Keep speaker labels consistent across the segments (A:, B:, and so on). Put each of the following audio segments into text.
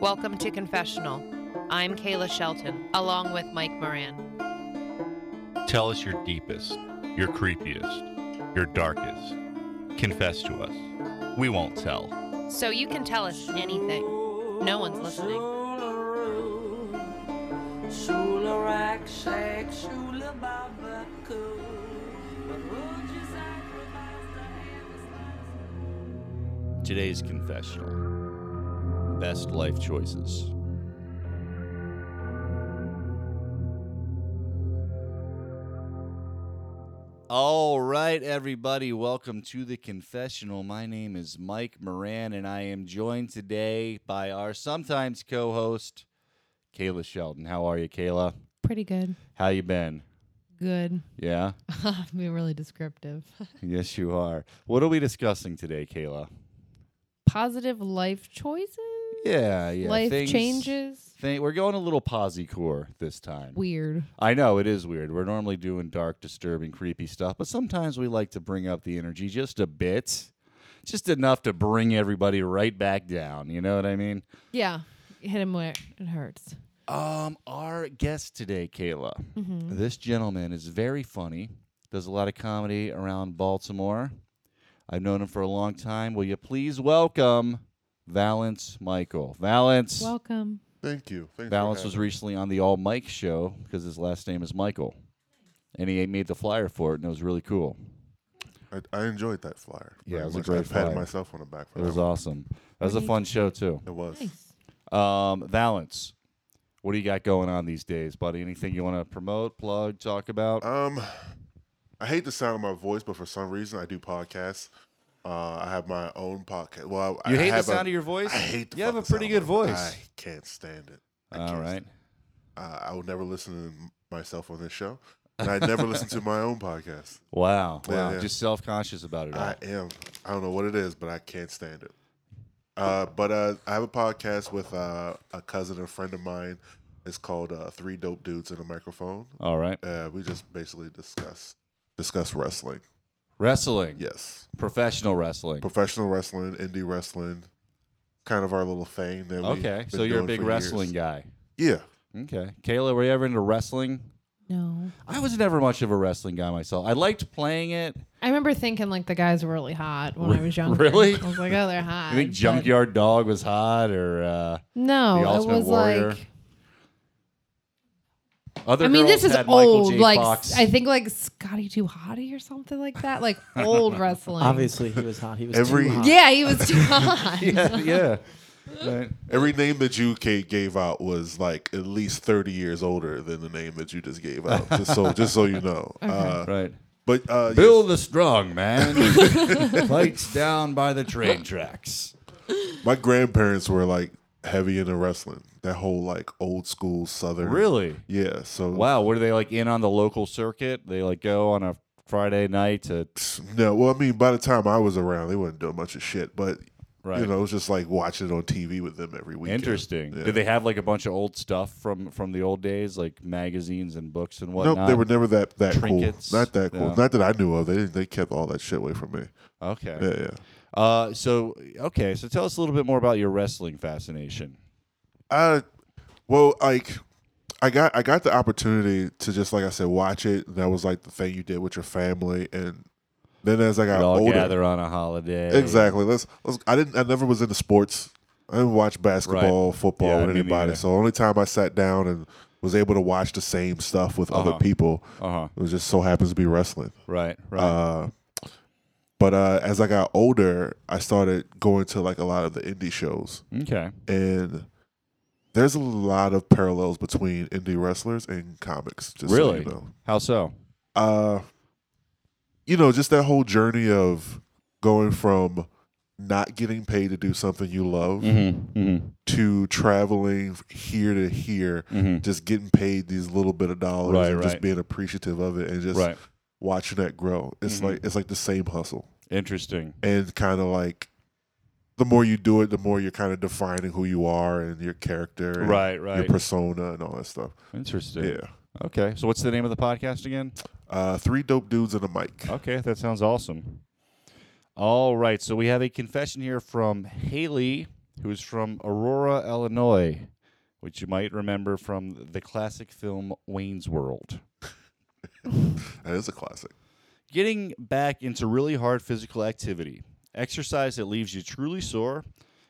A: Welcome to Confessional. I'm Kayla Shelton, along with Mike Moran.
B: Tell us your deepest, your creepiest, your darkest. Confess to us. We won't tell.
A: So you can tell us anything. No one's listening.
C: Today's confessional. Best life choices. All right, everybody, welcome to the confessional. My name is Mike Moran, and I am joined today by our sometimes co host, Kayla Sheldon. How are you, Kayla?
D: Pretty good.
C: How you been?
D: Good.
C: Yeah?
D: Be really descriptive.
C: yes, you are. What are we discussing today, Kayla?
D: Positive life choices,
C: Yeah, yeah.
D: life
C: things-
D: changes.
C: Thing, we're going a little posy core this time.
D: Weird.
C: I know it is weird. We're normally doing dark, disturbing, creepy stuff, but sometimes we like to bring up the energy just a bit, just enough to bring everybody right back down. You know what I mean?
D: Yeah. Hit him where it hurts.
C: Um, our guest today, Kayla. This gentleman is very funny. Does a lot of comedy around Baltimore. I've known him for a long time. Will you please welcome Valence Michael? Valence.
D: Welcome.
E: Thank you. Thanks for
C: Valance was
E: having
C: recently on the All Mike show because his last name is Michael. And he made the flyer for it, and it was really cool.
E: me. I, I enjoyed that flyer.
C: Yeah,
E: very
C: it was a
E: much.
C: great
E: I patted
C: flyer.
E: myself on the back for
C: It was
E: that. one.
C: awesome. That was a fun show, too.
E: It was.
D: Nice.
C: Um, Valance, what do you got going on these days, buddy? Anything you want to promote, plug, talk about?
E: Um, I hate the sound of my voice, but for some reason I do podcasts. Uh, I have my own podcast. Well, I,
C: you
E: I
C: hate the
E: have
C: sound
E: a,
C: of your voice?
E: I hate. The
C: You have a
E: fucking
C: pretty
E: sound
C: good
E: of my-
C: voice.
E: I can't stand it. I
C: All
E: can't
C: right.
E: Uh, I will never listen to myself on this show, and I never listen to my own podcast.
C: Wow.
E: Yeah,
C: wow.
E: yeah.
C: Just self conscious about it all.
E: I am. I don't know what it is, but I can't stand it. Uh, but uh, I have a podcast with uh, a cousin and friend of mine. It's called uh, Three Dope Dudes in a Microphone.
C: all right.
E: Uh, we just basically discuss discuss wrestling.
C: Wrestling.
E: Yes,
C: Professional wrestling.
E: professional wrestling, indie wrestling, kind of our little thing. That we've
C: okay.
E: been
C: So you're a
E: doing
C: big
E: for
C: wrestling
E: years.
C: guy.
E: Yeah,
C: Okay. Kayla, were you ever into wrestling?
D: No.
C: I was never much of a wrestling guy myself. I liked playing it.
D: I remember thinking like the guys were really hot when I was younger.
C: Really?
D: I was like, oh, they're hot.
C: You think
D: but-
C: Junkyard Dog was hot or uh,
D: No,
C: The
D: it
C: Ultimate
D: was
C: Warrior.
D: like.
C: other?
D: I mean,
C: girls
D: this is
C: had Michael
D: old.
C: J.
D: Like,
C: Fox.
D: I think like Scotty Too Hottie or something like that. Like old wrestling.
F: Obviously, he was hot. He was
E: Every-
F: too hot.
D: Yeah, he was too hot.
C: yeah, yeah. Right.
E: every name that you Kate, gave out was like at least thirty years older than the name that you just gave out. just so, just so you know. Uh,
C: right.
E: but uh, yes.
C: Bill the Strong Man fights down by the train tracks.
E: My grandparents were like heavy into wrestling. That whole like old school southern.
C: Really?
E: Yeah. So
C: Wow. Were they like in on the local circuit? They like go on a Friday night to
E: No, well, I mean, by the time I was around, they wasn't doing much of shit. But
C: Right.
E: you know, it was just like watching it on TV with them every weekend.
C: interesting.
E: Yeah.
C: Did they have like a bunch of old stuff from from the old days, like magazines and books and whatnot?
E: Nope, they were never that that
C: Trinkets?
E: cool. Not that cool.
C: No.
E: Not that I knew of. They didn't, they kept all that shit away from me.
C: Okay.
E: Yeah, yeah.
C: Uh, so okay, so tell us a little bit more about your wrestling fascination.
E: I, well, like, I got I got the opportunity to just like I said, watch it. That was like the thing you did with your family, and then as I
C: We
E: got
C: all
E: older,
C: gather on a holiday.
E: Exactly. Let's, let's. I didn't. I never was into sports. I didn't watch basketball, football,
C: Yeah,
E: with
C: me neither.
E: anybody. So the only time I sat down and was able to watch the same stuff with
C: Uh-huh.
E: other people,
C: Uh huh.
E: it was just so happens to be wrestling.
C: Right. Right.
E: Uh, but uh, as I got older, I started going to like a lot of the indie shows,
C: okay.
E: and there's a lot of parallels between indie wrestlers and comics. Just so you
C: Really?
E: know
C: How so?
E: uh you know just that whole journey of going from not getting paid to do something you love
C: Mm-hmm. Mm-hmm.
E: to traveling here to here
C: Mm-hmm.
E: just getting paid these little bit of dollars
C: Right,
E: and
C: right.
E: just being appreciative of it and just
C: Right.
E: watching that grow it's
C: Mhm.
E: like it's like the same hustle
C: Interesting.
E: and kind of like the more you do it the more you're kind of defining who you are and your character and
C: Right.
E: your
C: Right.
E: persona and all that stuff
C: Interesting.
E: yeah
C: Okay. So what's the name of the podcast again?
E: uh three dope dudes and a mic
C: Okay, that sounds awesome. All right, so we have a confession here from Haley
G: who's from Aurora, Illinois, which you might remember from the classic film Wayne's World.
E: That is a classic.
G: Getting back into really hard physical activity, exercise that leaves you truly sore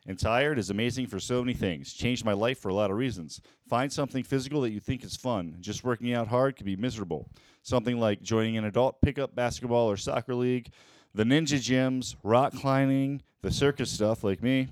G: and tired is amazing for so many things. Changed my life for a lot of reasons. Find something physical that you think is fun. Just working out hard can be miserable. Something like joining an adult pickup basketball or soccer league, the ninja gyms, rock climbing, the circus stuff like me,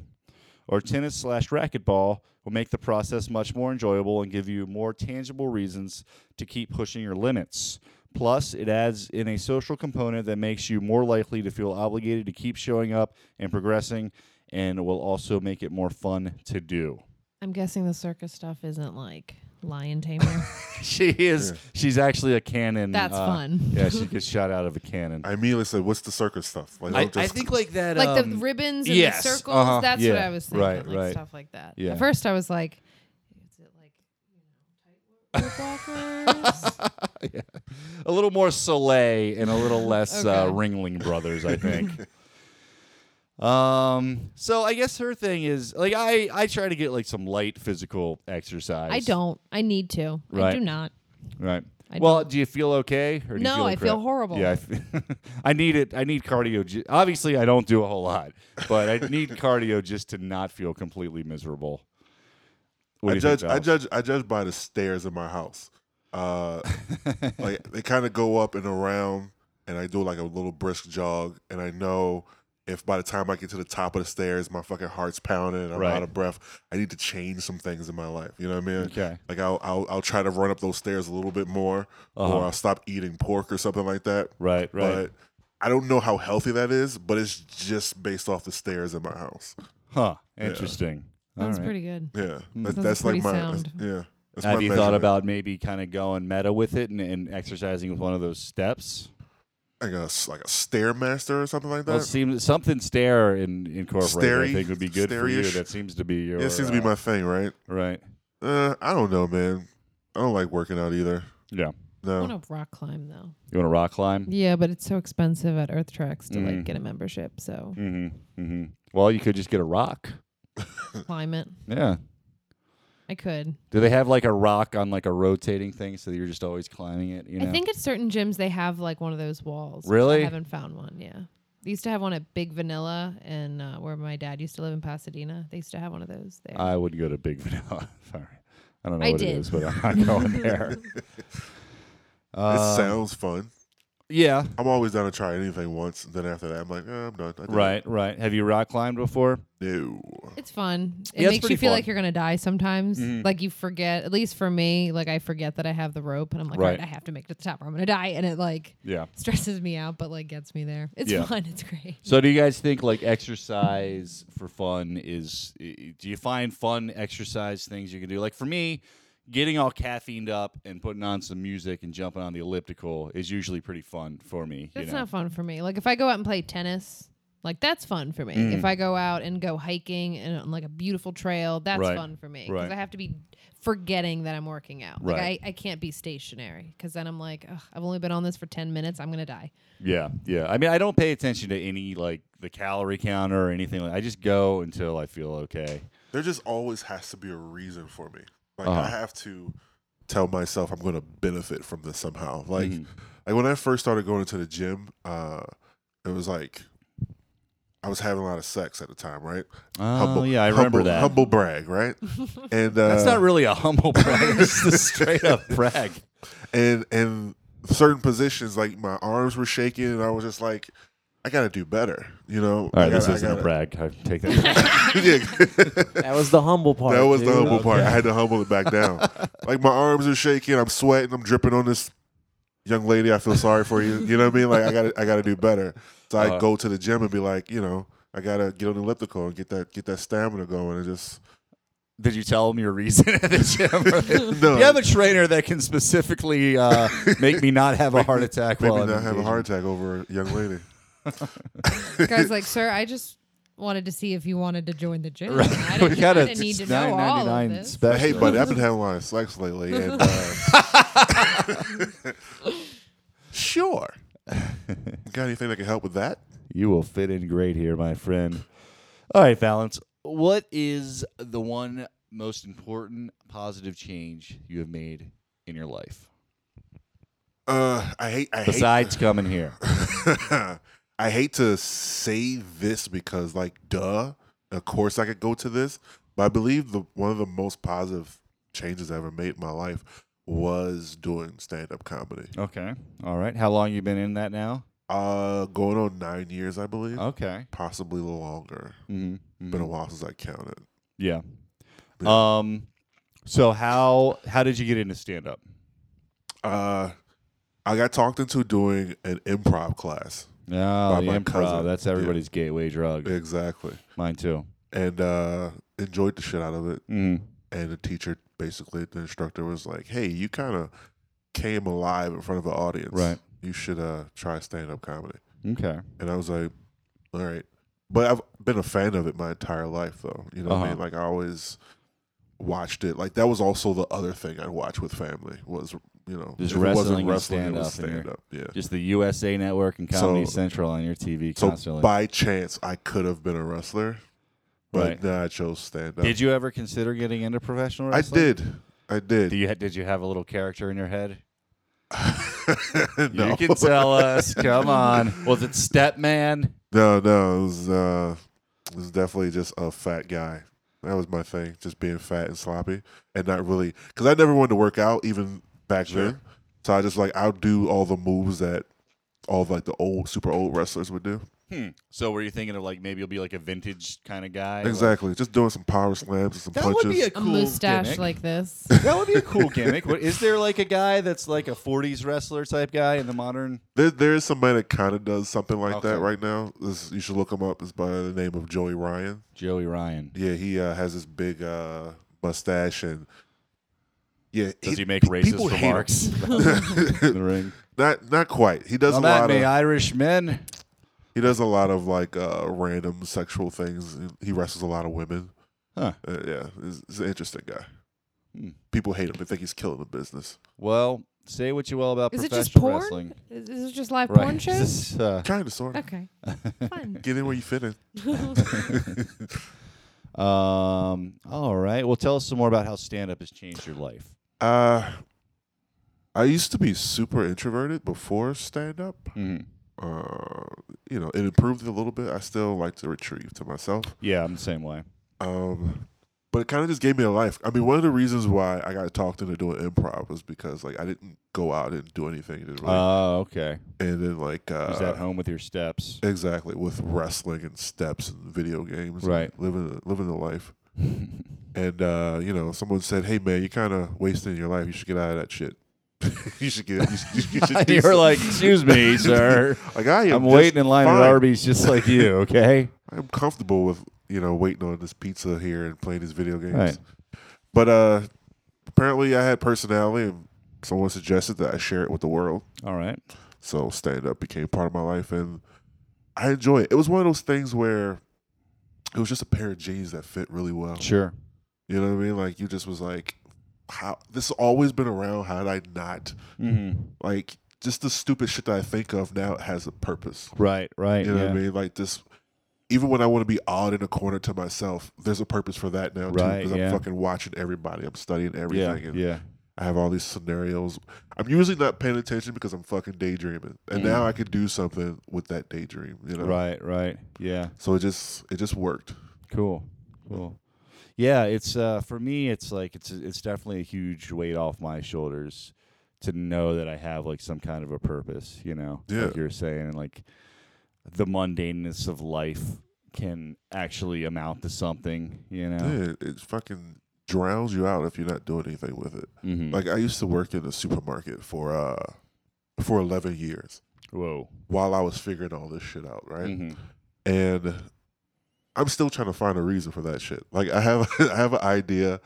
G: or tennis slash racquetball will make the process much more enjoyable and give you more tangible reasons to keep pushing your limits. Plus, it adds in a social component that makes you more likely to feel obligated to keep showing up and progressing, and will also make it more fun to do.
D: I'm guessing the circus stuff isn't like lion tamer.
G: She is. She's actually a cannon.
D: That's
G: uh,
D: fun.
G: Yeah, she gets shot out of a cannon.
E: I immediately said, "What's the circus stuff?" Like,
G: I,
E: don't just-
G: I think like that.
D: like the
G: um,
D: ribbons and
G: yes,
D: the circles.
G: uh-huh,
D: That's what
G: yeah,
D: I was thinking.
G: right,
D: like
G: right.
D: stuff like that.
G: Yeah.
D: At first, I was like, is it like you know, tight rope walkers?
G: a little more Soleil and a little less uh,
D: Okay.
G: Ringling Brothers, I think. um, so I guess her thing is like I I try to get like some light physical exercise.
D: I don't. I need to.
G: Right.
D: I do not.
G: Right.
D: I
G: well, do you feel okay? Or do
D: No,
G: you feel
D: I
G: crap?
D: feel horrible.
G: Yeah, I f- I need it. I need cardio. ju- Obviously, I don't do a whole lot, but I need cardio just to not feel completely miserable. What
E: I
G: do you think,
E: judge. I
G: Giles?
E: judge. I judge by the stairs in my house. Uh, like they kind of go up and around, and I do like a little brisk jog, and I know if by the time I get to the top of the stairs, my fucking heart's pounding and I'm
G: Right.
E: out of breath. I need to change some things in my life. You know what I mean?
G: Okay.
E: Like I'll I'll, I'll try to run up those stairs a little bit more,
G: Uh-huh.
E: or I'll stop eating pork or something like that.
G: Right. Right.
E: But I don't know how healthy that is, but it's just based off the stairs in my house.
G: huh. Interesting. All
D: That's
G: right.
D: pretty good.
E: Yeah, that,
D: Mm. Sounds
E: that's like
D: pretty
E: my that's-
D: sound.
E: yeah. That's
G: Have
E: my
G: you thought
E: measurement.
G: about maybe kind of going meta with it and, and exercising with one of those steps?
E: like a like a stairmaster or something like that?
G: Well, it seems something stare in, incorporated. I
E: Stary-
G: think would be good for you.
E: stare-ish?
G: That seems to be your.
E: it seems to be
G: uh,
E: my thing, right?
G: right.
E: Uh, I don't know, man. I don't like working out either.
G: Yeah.
D: I
E: No,
D: want to rock climb though.
G: You want to rock climb?
D: Yeah, but it's so expensive at Earth Tracks to
G: Mhm.
D: like get a membership. So
G: Mm-hmm. Mm-hmm. Well, you could just get a rock. Mm.
D: climb it.
G: Yeah.
D: I could.
G: Do they have like a rock on like a rotating thing so that you're just always climbing it? You know.
D: I think at certain gyms they have like one of those walls.
G: Really?
D: I haven't found one. Yeah. They used to have one at Big Vanilla and uh, where my dad used to live in Pasadena. They used to have one of those there.
G: I would go to Big Vanilla. Sorry. I don't know
D: I
G: what it
D: did.
G: is, but I'm not going there.
E: it
G: Uh,
E: sounds fun.
G: yeah.
E: I'm always down to try anything once. Then after that, I'm like, eh, I'm done. I did it.
G: Right. Right. Have you rock climbed before?
E: No.
D: it's fun. It
G: Yeah, it's
D: makes
G: pretty
D: you feel
G: fun. Mm-hmm.
D: like you're gonna die sometimes. Like you forget. At least for me, like I forget that I have the rope, and I'm like,
G: Right.
D: all right, I have to make it to the top, or I'm gonna die, and it like
G: Yeah.
D: stresses me out, but like gets me there. It's
G: Yeah.
D: fun. It's great.
G: So do you guys think like exercise for fun is i- do you find fun exercise things you can do? Like for me, getting all caffeined up and putting on some music and jumping on the elliptical is usually pretty fun for me.
D: That's
G: you know?
D: not fun for me. Like if I go out and play tennis, like that's fun for me.
G: Mm.
D: If I go out and go hiking and on like a beautiful trail, that's
G: Right.
D: fun for me
G: Right.
D: I have to be forgetting that I'm working out. Like
G: Right.
D: I, I can't be stationary because then I'm like, Ugh, I've only been on this for ten minutes. I'm gonna die.
G: Yeah, yeah. I mean I don't pay attention to any like the calorie counter or anything like I just go until I feel okay.
E: There just always has to be a reason for me. Like
G: Uh-huh.
E: I have to tell myself I'm going to benefit from this somehow. Like,
G: Mm-hmm.
E: like when I first started going to the gym, uh, it was like I was having a lot of sex at the time, right?
G: Oh yeah, I remember
E: humble-
G: that.
E: Humble brag, right? and uh,
G: That's not really a humble brag. it's just a straight up brag.
E: and and certain positions like my arms were shaking and I was just like I gotta do better you know
G: All right,
E: I
G: this
E: gotta- I
G: isn't a
E: gotta-
G: brag. I take that.
E: Yeah.
F: That was the humble part.
E: that was the
F: dude.
E: humble part I had to humble it back down like my arms are shaking I'm sweating I'm dripping on this young lady I feel sorry for you you know what I mean like I gotta I gotta do better so I
G: Uh-huh.
E: go to the gym and be like you know I gotta get on the elliptical and get that get that stamina going and just
G: Did you tell him your reason at the gym?
E: no
G: You have a trainer that can specifically uh, make me not have a heart attack
E: maybe
G: while I'm
E: not have a
G: engaging.
E: heart attack over a young lady
D: Guys, like, sir, I just wanted to see if you wanted to join the gym.
G: Right.
D: I
G: We
D: didn't,
G: got
D: I
G: a
D: didn't need to know all of
G: $9.99
D: this.
G: special.
E: hey buddy I've been having a lot of sex lately and uh,
G: sure.
E: got anything that can help with that
G: You will fit in great here, my friend. All right, Valence. What is the one most important positive change you have made in your life
E: Uh, I hate. I
G: besides coming here?
E: hate. I hate to say this because, like, duh. Of course, I could go to this, but I believe the one of the most positive changes I ever made in my life was doing stand up comedy.
G: Okay. All right. How long you been in that now?
E: Uh, going on nine years, I believe,
G: Okay.
E: possibly a little longer.
G: Mm-hmm.
E: Been a while since I counted.
G: Yeah.
E: Yeah.
G: Um. So how how did you get into stand up?
E: Uh, I got talked into doing an improv class.
G: No,
E: the my improv, cousin. that's
G: Oh, That's
E: Yeah. everybody's
G: everybody's gateway drug.
E: Exactly.
G: Mine too.
E: And uh, enjoyed the shit out of it.
G: Mm.
E: And the teacher, basically, the instructor was like, hey, you kind of came alive in front of an audience.
G: Right.
E: You should uh, try stand up comedy.
G: Okay.
E: And I was like, all right. But I've been a fan of it my entire life, though. You know what I
G: Uh-huh.
E: mean? Like, I always watched it. Like, that was also the other thing I'd watch with family was, you know,
G: Just
E: if it
G: wrestling
E: wasn't
G: and
E: wrestling, it was
G: stand-up and
E: stand up. Yeah.
G: Just the USA Network and Comedy
E: So-
G: Central on your TV
E: So
G: constantly.
E: by chance, I could have been a wrestler, but
G: Right.
E: nah, I chose stand up.
G: did you ever consider getting into professional
E: I
G: wrestling?
E: did. I did.
G: Do you ha- did you have a little character in your head?
E: no.
G: You can tell us. Come on. Was it Stepman?
E: no, no. It was, uh, it was definitely just a fat guy. That was my thing, just being fat and sloppy and not really. Because I never wanted to work out even back
G: Sure.
E: then. So I just like, I'll do all the moves that all like the old, super old wrestlers would do.
G: Hmm. So were you thinking of like maybe you'll be like a vintage kind of guy?
E: Exactly. Just doing some power slams and some
G: That
E: punches.
G: would be a
D: A
G: cool
D: mustache
G: gimmick.
D: like this.
G: that would be a cool gimmick. What, is there like a guy that's like a '40s wrestler type guy in the modern?
E: There, there is somebody that kind of does something like that
G: Okay.
E: right now. This, you should look him up. It's by the name of Joey Ryan.
G: Joey Ryan.
E: Yeah, he uh, has this big uh, mustache and yeah.
G: Does he,
E: he-
G: make
E: pe- people
G: racist
E: hate him.
G: remarks in the ring?
E: not not quite. He does
G: Come
E: a
G: at
E: lot
G: me,
E: of
G: Irish men.
E: he does a lot of like uh, random sexual things. He wrestles a lot of women.
G: Huh.
E: Uh, yeah, he's, he's an interesting guy.
G: Hmm.
E: People hate him. They think he's killing the business.
G: Well, say what you will about
D: Is it
G: professional
D: just porn?
G: wrestling.
D: Is, is it just live
G: Right.
D: porn shows?
G: This, uh,
E: Trying to sort of
D: Okay, fun.
E: get in where you fit in.
G: um, all right. Well, tell us some more about how stand up has changed your life.
E: Uh, I used to be super introverted before stand up.
G: Mm-hmm.
E: uh, you know, it improved a little bit. I still like to retrieve to myself.
G: Yeah, I'm the same way.
E: Um, but it kind of just gave me a life. I mean, one of the reasons why I got talked into doing improv was because like I didn't go out and do anything, didn't really.
G: Oh, okay.
E: and then like uh,
G: Who's at home with your steps?
E: exactly with wrestling and steps and video games,
G: Right.
E: Living living the life. And uh, you know, someone said, "Hey man, you're kind of wasting your life. You should get out of that shit. you should get. You, should- you should do
G: You're
E: some-
G: like, excuse me, sir.
E: like I am.
G: I'm
E: just
G: waiting in line at
E: fine.
G: Arby's just like you. Okay.
E: I'm comfortable with you know waiting on this pizza here and playing these video games.
G: Right.
E: But uh, apparently, I had personality, and someone suggested that I share it with the world.
G: All right.
E: So stand up became part of my life, and I enjoy it. It was one of those things where it was just a pair of jeans that fit really well.
G: Sure.
E: You know what I mean? Like you just was like, how this has always been around. How did I not
G: Mm-hmm.
E: like just the stupid shit that I think of now has a purpose.
G: Right. Right.
E: You know
G: yeah.
E: what I mean? Like this. Even when I want to be odd in a corner to myself, there's a purpose for that now too.
G: Right,
E: I'm
G: yeah.
E: fucking watching everybody. I'm studying
G: Yeah.
E: everything. and
G: Yeah.
E: I have all these scenarios. I'm usually not paying attention because I'm fucking daydreaming. And
G: Mm.
E: now I could do something with that daydream. You know.
G: Right. Right. Yeah.
E: So it just it just worked.
G: Cool. Cool. Yeah, it's uh, for me. It's like it's it's definitely a huge weight off my shoulders to know that I have like some kind of a purpose. You know,
E: Yeah.
G: like you're saying, and like the mundaneness of life can actually amount to something. You know,
E: Yeah, it fucking drowns you out if you're not doing anything with it.
G: Mhm.
E: Like I used to work in the supermarket for uh for 11 years
G: whoa,
E: while I was figuring all this shit out, right?
G: Mhm.
E: and I'm still trying to find a reason for that shit. Like I have I have an idea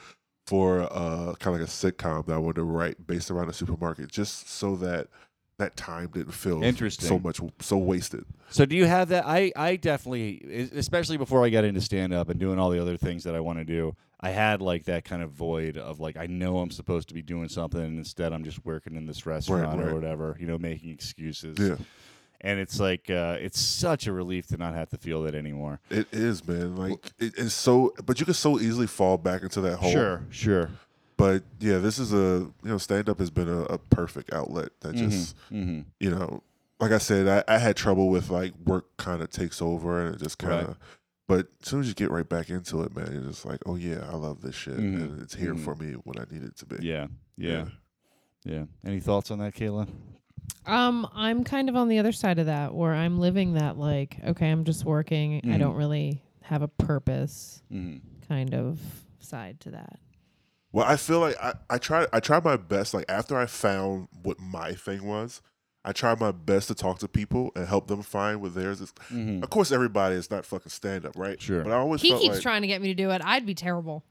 E: for uh kind of like a sitcom that I wanted to write based around a supermarket, just so that that time didn't feel
G: Interesting.
E: so much so wasted.
G: So do you have that? I I definitely, es- especially before I got into stand up and doing all the other things that I want to do, I had like that kind of void of like I know I'm supposed to be doing something, and instead I'm just working in this restaurant
E: right.
G: or whatever, you know, making excuses.
E: Yeah,
G: and it's like uh, it's such a relief to not have to feel that anymore.
E: It is, man. Like it, it's so, but you can so easily fall back into that hole.
G: Sure, sure.
E: But yeah, this is a you know stand up has been a, a perfect outlet that just
G: hmm
E: you know like I said I, I had trouble with like work kind of takes over and it just kind of.
G: Right.
E: But as soon as you get right back into it, man, you're just like, oh yeah, I love this shit,
G: Mhm.
E: and it's here
G: Mhm.
E: for me when I need it to be.
G: Yeah, yeah, yeah. Any thoughts on that, Kayla?
D: Um, I'm kind of on the other side of that where I'm living that like, okay, I'm just working. I
G: Mhm.
D: don't really have a purpose
G: Mm-hmm.
D: kind of side to that.
E: Well, I feel like I, I tried I tried my best. Like after I found what my thing was, I tried my best to talk to people and help them find what theirs is.
G: Mhm.
E: Of course, everybody is not fucking stand up, right?
G: Sure.
E: But I always
D: He
E: felt
D: keeps
E: like,
D: trying to get me to do it. I'd be terrible.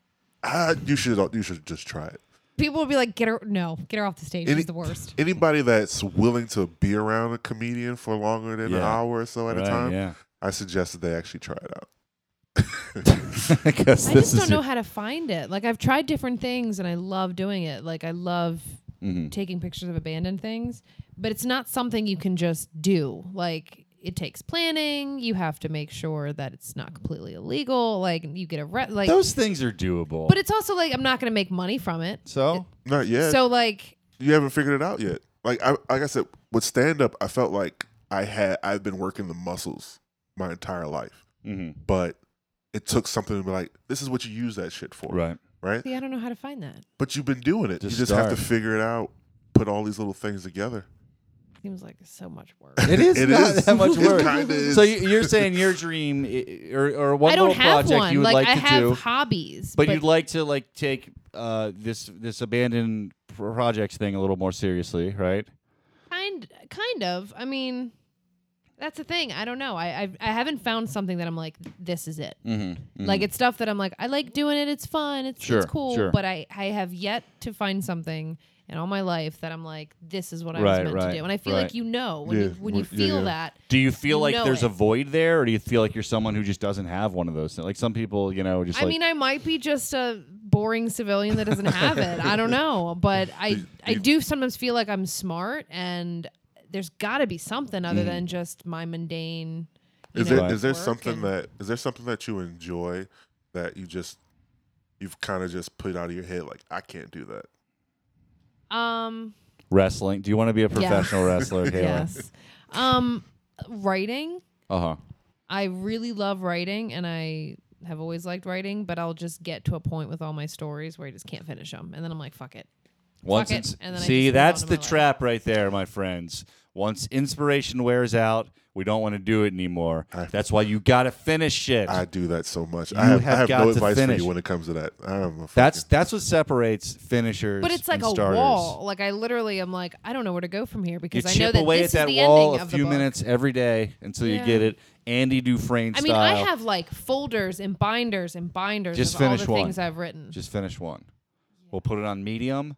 E: Ah, you should you should just try it.
D: People would be like, get her no, get her off the stage.
E: Any-
D: She's the worst.
E: Anybody that's willing to be around a comedian for longer than an
G: Yeah.
E: hour or so at
G: Right,
E: a time,
G: yeah.
E: I suggest that they actually try it out.
G: I guess
D: I
G: this
D: just don't
G: is
D: know how to find it. Like I've tried different things and I love doing it. Like I love
G: Mhm.
D: taking pictures of abandoned things, but it's not something you can just do. Like it takes planning. You have to make sure that it's not completely illegal. Like you get a re- like
G: Those things are doable.
D: But it's also like I'm not going to make money from it.
G: so
E: Not yet.
D: So like
E: you haven't figured it out yet. Like I like I said, with stand up, I felt like I had I've been working the muscles my entire life.
G: mhm.
E: but it took something to be like, this is what you use that shit for,
G: right.
E: right?
D: see, I don't know how to find that.
E: But you've been doing it.
G: Just
E: you just have to
G: start.
E: figure it out, put all these little things together.
D: Seems like so much work.
G: It is
E: It
G: not
E: is.
G: that much
E: It
G: work.
E: kinda is.
G: So you- you're saying your dream i- or, or one
D: I don't
G: little
D: have
G: project
D: one.
G: you would
D: like,
G: like,
D: I
G: to
D: have
G: do,
D: hobbies,
G: but, you'd like to like take uh, this this abandoned projects thing a little more seriously, right?
D: kind kind of. I mean, that's the thing. I don't know. I I've, I haven't found something that I'm like this is it.
G: Mm-hmm.
D: Like it's stuff that I'm like I like doing it. It's fun. It's
G: Sure,
D: it's cool.
G: sure.
D: But I I have yet to find something in all my life that I'm like this is what I
G: Right,
D: was meant
G: right,
D: to do. And I feel
G: right.
D: like you know when
E: Yeah,
D: you when you
E: when- yeah,
D: feel
E: yeah.
D: that
G: do you feel
D: you
G: like
D: know
G: there's a
D: it.
G: void there, or do you feel like you're someone who just doesn't have one of those? Things? Like some people, you know, just
D: I
G: like
D: mean, I might be just a boring civilian that doesn't have it. I don't know, but I I do sometimes feel like I'm smart, and there's got to be something
G: Hmm.
D: other than just my mundane. you
E: Is
D: know,
E: there is there
D: work
E: something
D: and-
E: that is there something that you enjoy that you just you've kind of just put out of your head like I can't do that.
D: Um.
G: wrestling. Do you want to be a professional wrestler, Kayla?
D: Yes. Um. Writing.
G: Uh huh.
D: I really love writing, and I have always liked writing, but I'll just get to a point with all my stories where I just can't finish them, and then I'm like, fuck it.
G: Once
D: it,
G: it's-
D: and then I
G: see,
D: just move
G: that's
D: on to
G: the
D: my life.
G: trap right there, my friends. Once inspiration wears out, we don't want to do it anymore.
E: I-
G: that's why you got to finish it.
E: I do that so much.
G: You
E: I have,
G: have
E: I have
G: got
E: no
G: to
E: advice for
G: finish.
E: you when it comes to that. I'm a
G: that's
E: fucking-
G: that's what separates finishers.
D: But it's like
G: and
D: a
G: starters.
D: wall. Like I literally am like, I don't know where to go from here
G: You
D: because I know
G: chip
D: that
G: away
D: this
G: at that
D: is the
G: wall
D: ending
G: a
D: of the
G: few
D: book.
G: minutes every day until you
D: Yeah.
G: get it. Andy Dufresne
D: I mean,
G: style.
D: I have like folders and binders and binders
G: Just
D: of all
G: finish
D: the
G: one.
D: things I've written.
G: Just finish one. We'll put it on medium.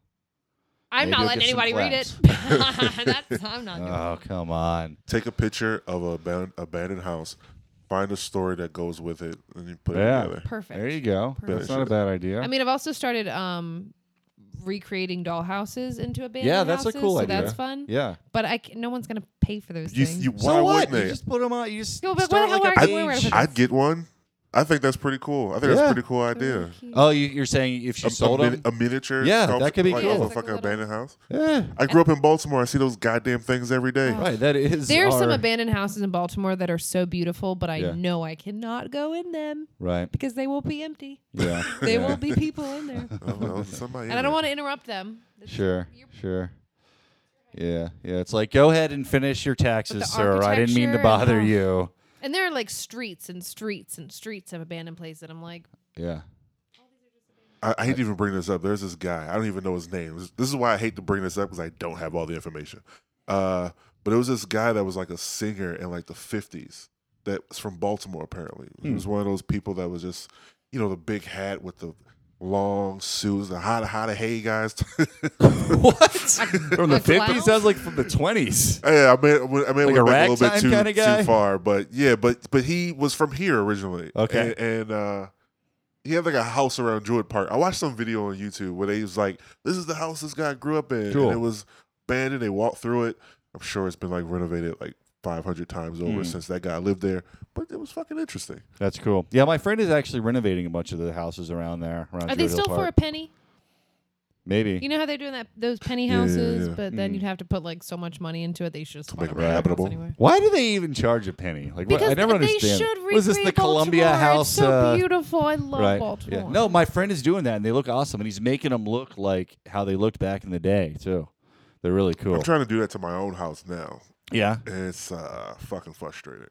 D: I'm
G: maybe
D: not
G: you'll
D: letting
G: get some
D: anybody read it. That's, I'm not doing
G: Oh, come on.
E: Take a picture of a abandoned, abandoned house, find a story that goes with it, and you put
G: Yeah.
E: it together.
D: perfect.
G: There you go.
D: Perfect.
G: That's not a bad idea.
D: I mean, I've also started um, recreating dollhouses into abandoned
G: yeah, that's a
D: houses,
G: cool
D: so
G: idea.
D: That's fun.
G: Yeah.
D: But I c- no one's gonna pay for those
E: You,
D: things.
E: you,
G: So
E: why
G: what?
E: wouldn't
G: You
E: they?
G: just put them on. You just
D: Yeah, but
G: start
D: what-
G: like
D: how
G: a
D: are
G: page.
D: you- where are
E: I'd get one. I think that's pretty cool. I think
G: Yeah.
E: that's a pretty cool idea.
G: Oh, you, you're saying if she
E: A,
G: sold
E: a,
G: them?
E: mini- a miniature.
G: Yeah,
E: sculpt-
G: that could be
E: like,
G: cool.
E: Of a
D: Like a
E: fucking
D: little-
E: abandoned house.
G: yeah.
E: I grew up in Baltimore. I see those goddamn things every day.
G: Eh, Right. That is.
D: there are some
G: our-
D: abandoned houses in Baltimore that are so beautiful, but I
G: Yeah.
D: know I cannot go in them
G: Right.
D: because they will be empty.
G: Yeah.
D: There
G: yeah.
D: will be people in there,
E: Oh, well, somebody.
D: and I don't want to interrupt them.
G: Sure. Sure. Yeah. Yeah. It's like go ahead and finish your taxes, sir. I didn't mean
D: architecture-
G: to bother
D: oh.
G: you.
D: And there are like streets and streets and streets of abandoned places. And I'm like,
G: Yeah.
E: I, I hate to even bring this up. There's this guy. I don't even know his name. This, this is why I hate to bring this up because I don't have all the information. Uh, but it was this guy that was like a singer in like the 50s that was from Baltimore, apparently. He was one of those people that was just, you know, the big hat with the long suits, the hot, hot, hey guys.
G: what? From the
D: a clown?
G: fifties? Sounds like from the twenties.
E: Yeah, I mean, I mean, I mean,
G: Like
E: it
G: a
E: went back a little bit
G: ragtime
E: too,
G: kinda guy?
E: too far, but yeah, but but he was from here originally.
G: Okay.
E: and, and uh, he had like a house around Druid Park. I watched some video on YouTube where they was like, "This is the house this guy grew up in,"
G: Cool.
E: and it was abandoned. They walked through it. I'm sure it's been like renovated like 500 times over
G: Hmm.
E: since that guy lived there, but it was fucking interesting.
G: That's cool. Yeah, my friend is actually renovating a bunch of the houses around there. Around
D: Are they
G: Druid Hill
D: still for a
G: Park.
D: penny?
G: Maybe.
D: You know how they're doing that those penny
E: Yeah, yeah,
D: houses,
E: yeah.
D: but then
G: Mm.
D: you'd have to put like so much money into it. They should just
E: make
D: slap
E: it
D: a house
E: habitable.
D: anyway.
G: Why do they even charge a penny? Like, what?
D: Because
G: I never
D: they
G: understand.
D: should
G: Was this the
D: recreate
G: Columbia
D: Baltimore.
G: House?
D: It's so
G: uh,
D: beautiful. I love
G: right.
D: Baltimore.
G: Yeah. No, my friend is doing that, and they look awesome, and he's making them look like how they looked back in the day too. They're really cool.
E: I'm trying to do that to my own house now.
G: yeah,
E: and It's uh, fucking frustrating.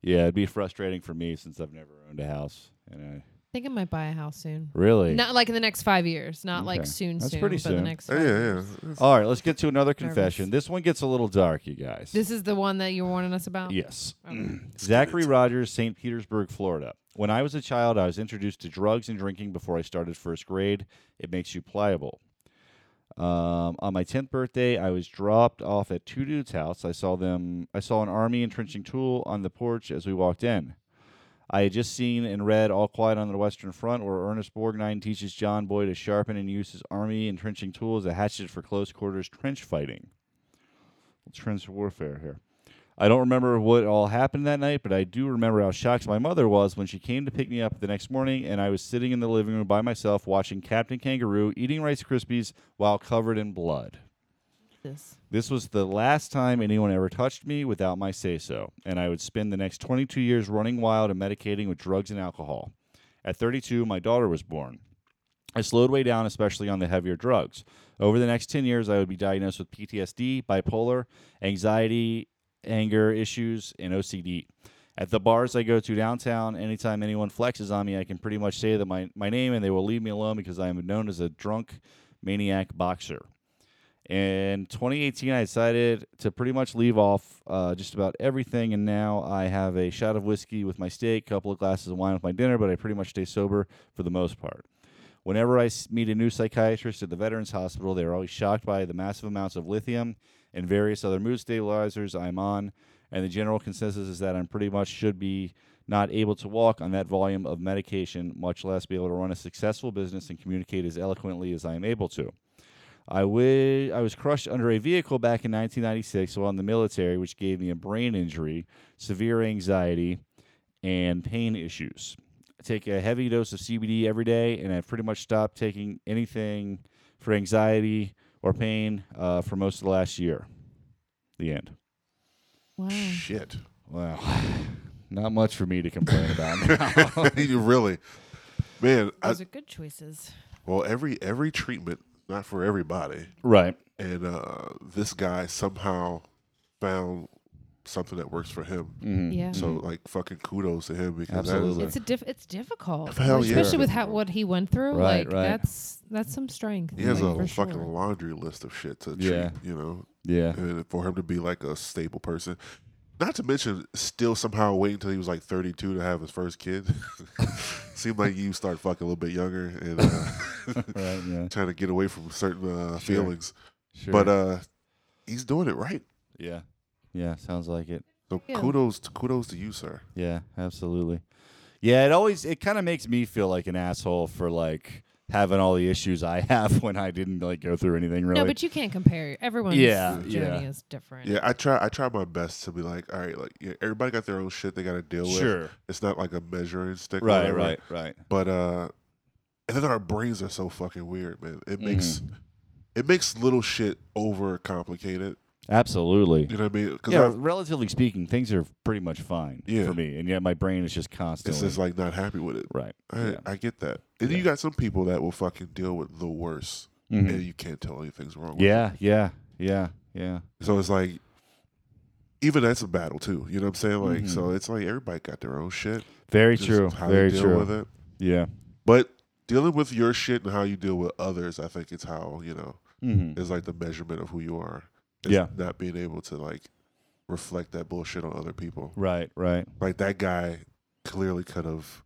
G: yeah. It'd be frustrating for me since I've never owned a house, and I
D: I think I might buy a house soon.
G: really.
D: Not like in the next five years. Not
G: Okay.
D: like soon.
G: That's
D: soon,
G: pretty
D: but
G: soon.
D: The next.
E: Yeah,
D: five years.
E: yeah. It's-
G: All right, let's get to another confession. This one gets a little dark, you guys.
D: This is the one that you were warning us about.
G: Yes.
D: Okay.
G: Zachary Rogers, St. Petersburg, Florida. When I was a child, I was introduced to drugs and drinking before I started first grade. It makes you pliable. Um, on my 10th birthday, I was dropped off at two dudes' house. I saw them. I saw an army entrenching tool on the porch as we walked in. I had just seen and read All Quiet on the Western Front, where Ernest Borgnine teaches John Boy to sharpen and use his army entrenching tool as a hatchet for close quarters trench fighting. Trench warfare here. I don't remember what all happened that night, but I do remember how shocked my mother was when she came to pick me up the next morning and I was sitting in the living room by myself watching Captain Kangaroo eating Rice Krispies while covered in blood.
D: This.
G: This was the last time anyone ever touched me without my say so, and I would spend the next 22 years running wild and medicating with drugs and alcohol. At 32, my daughter was born. I slowed way down, especially on the heavier drugs. Over the next 10 years, I would be diagnosed with PTSD, bipolar, anxiety, anger issues, and OCD. At the bars I go to downtown, anytime anyone flexes on me, I can pretty much say that my, my name and they will leave me alone because I am known as a drunk maniac boxer. In 2018, I decided to pretty much leave off uh, just about everything, and now I have a shot of whiskey with my steak, couple of glasses of wine with my dinner, but I pretty much stay sober for the most part. Whenever I s- meet a new psychiatrist at the Veterans Hospital, they are always shocked by the massive amounts of lithium and various other mood stabilizers I'm on, and the general consensus is that I'm pretty much should be not able to walk on that volume of medication, much less be able to run a successful business and communicate as eloquently as I am able to. I wi- I was crushed under a vehicle back in 1996 while in the military, which gave me a brain injury, severe anxiety, and pain issues. I take a heavy dose of CBD every day, and I've pretty much stopped taking anything for anxiety or pain uh, for most of the last year. The end.
D: Wow.
E: Shit.
G: Wow. Not much for me to complain about.
E: You really, man. I,
D: Those are good choices.
E: well, every every treatment not for everybody,
G: right.
E: and uh, this guy somehow found something that works for him.
G: Mm-hmm.
D: Yeah.
E: So like fucking kudos to him because
G: Absolutely.
E: Absolutely.
D: it's a diff- it's difficult,
E: Hell yeah.
D: especially with how, what he went through.
G: Right,
D: like
G: right.
D: that's that's some strength.
E: he has
D: like,
E: a
D: for
E: fucking
D: sure.
E: laundry list of shit to
G: Yeah.
E: treat, you know,
G: Yeah.
E: and for him to be like a stable person. Not to mention, still somehow waiting until he was like 32 to have his first kid. Seemed like you start fucking a little bit younger and uh,
G: Right. Yeah.
E: trying to get away from certain uh,
G: Sure.
E: feelings.
G: Sure.
E: But uh, he's doing it right.
G: yeah. Yeah. Sounds like it.
E: So
D: Yeah.
E: kudos, to, kudos to you, sir.
G: Yeah, absolutely. Yeah, it always it kind of makes me feel like an asshole for like having all the issues I have when I didn't like go through anything really.
D: No, but you can't compare. Everyone's
G: Yeah,
D: journey
G: yeah.
D: is different.
E: Yeah, I try. I try my best to be like, all right, like yeah, everybody got their own shit they got to deal with.
G: sure.
E: It's not like a measuring stick. or
G: Right,
E: whatever.
G: right, right.
E: But uh, and then our brains are so fucking weird, man. It
G: Mm-hmm.
E: makes it makes little shit over complicated.
G: Absolutely.
E: You know what I mean? Because
G: Yeah, relatively speaking, things are pretty much fine
E: Yeah.
G: for me, and yet my brain is just
E: it's
G: constantly
E: just like not happy with it.
G: right.
E: I,
G: Yeah.
E: I get that. And then you got some people that will fucking deal with the worst,
G: Mhm.
E: and you can't tell anything's wrong. with
G: Yeah, yeah, yeah, yeah.
E: it. So it's like. Even that's a battle too, you know what I'm saying? Like, so
G: Mm-hmm.
E: it's like everybody got their own shit.
G: Very
E: just
G: true.
E: How
G: Very
E: they deal
G: true.
E: with it.
G: Yeah.
E: But dealing with your shit and how you deal with others, I think it's how, you know,
G: hmm
E: is like the measurement of who you are. It's
G: Yeah.
E: Not being able to like reflect that bullshit on other people.
G: Right, right.
E: Like that guy clearly could have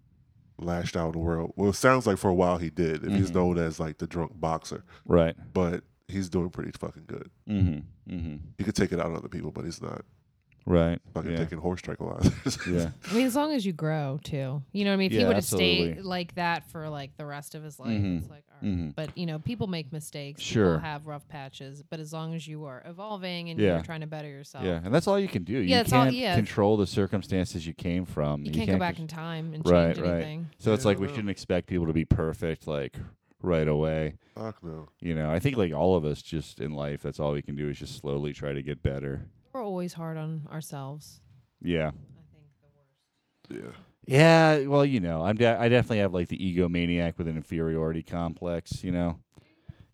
E: lashed out in the world. Well, it sounds like for a while he did. If he's
G: Mhm.
E: known as like the drunk boxer,
G: Right.
E: but he's doing pretty fucking good.
G: Mhm. Mhm.
E: He could take it out on other people, but he's not.
G: Right.
E: Fucking
G: yeah.
E: taking horse tranquilizers.
G: yeah.
D: I mean, as long as you grow too. You know what I mean? If
G: Yeah,
D: he would have
G: absolutely.
D: stayed like that for like the rest of his life,
G: Mhm.
D: it's like, all right.
G: Mhm.
D: But you know, people make mistakes.
G: Sure.
D: People have rough patches. But as long as you are evolving and
G: Yeah.
D: you're trying to better yourself,
G: Yeah. And that's all you can do.
D: Yeah,
G: you
D: that's all-
G: can't
D: yeah.
G: control the circumstances you came from.
D: you, can't go back
G: con-
D: in time and
G: Right,
D: change
G: right.
D: anything.
G: So it's
E: Yeah, I
G: like we
E: know.
G: shouldn't expect people to be perfect like right away.
E: Fuck no.
G: You know, I think like all of us just in life, that's all we can do is just slowly try to get better.
D: We're always hard on ourselves.
G: Yeah.
D: I think the worst.
E: Yeah.
G: Yeah, well, you know, I'm de- I definitely have like the egomaniac with an inferiority complex, you know.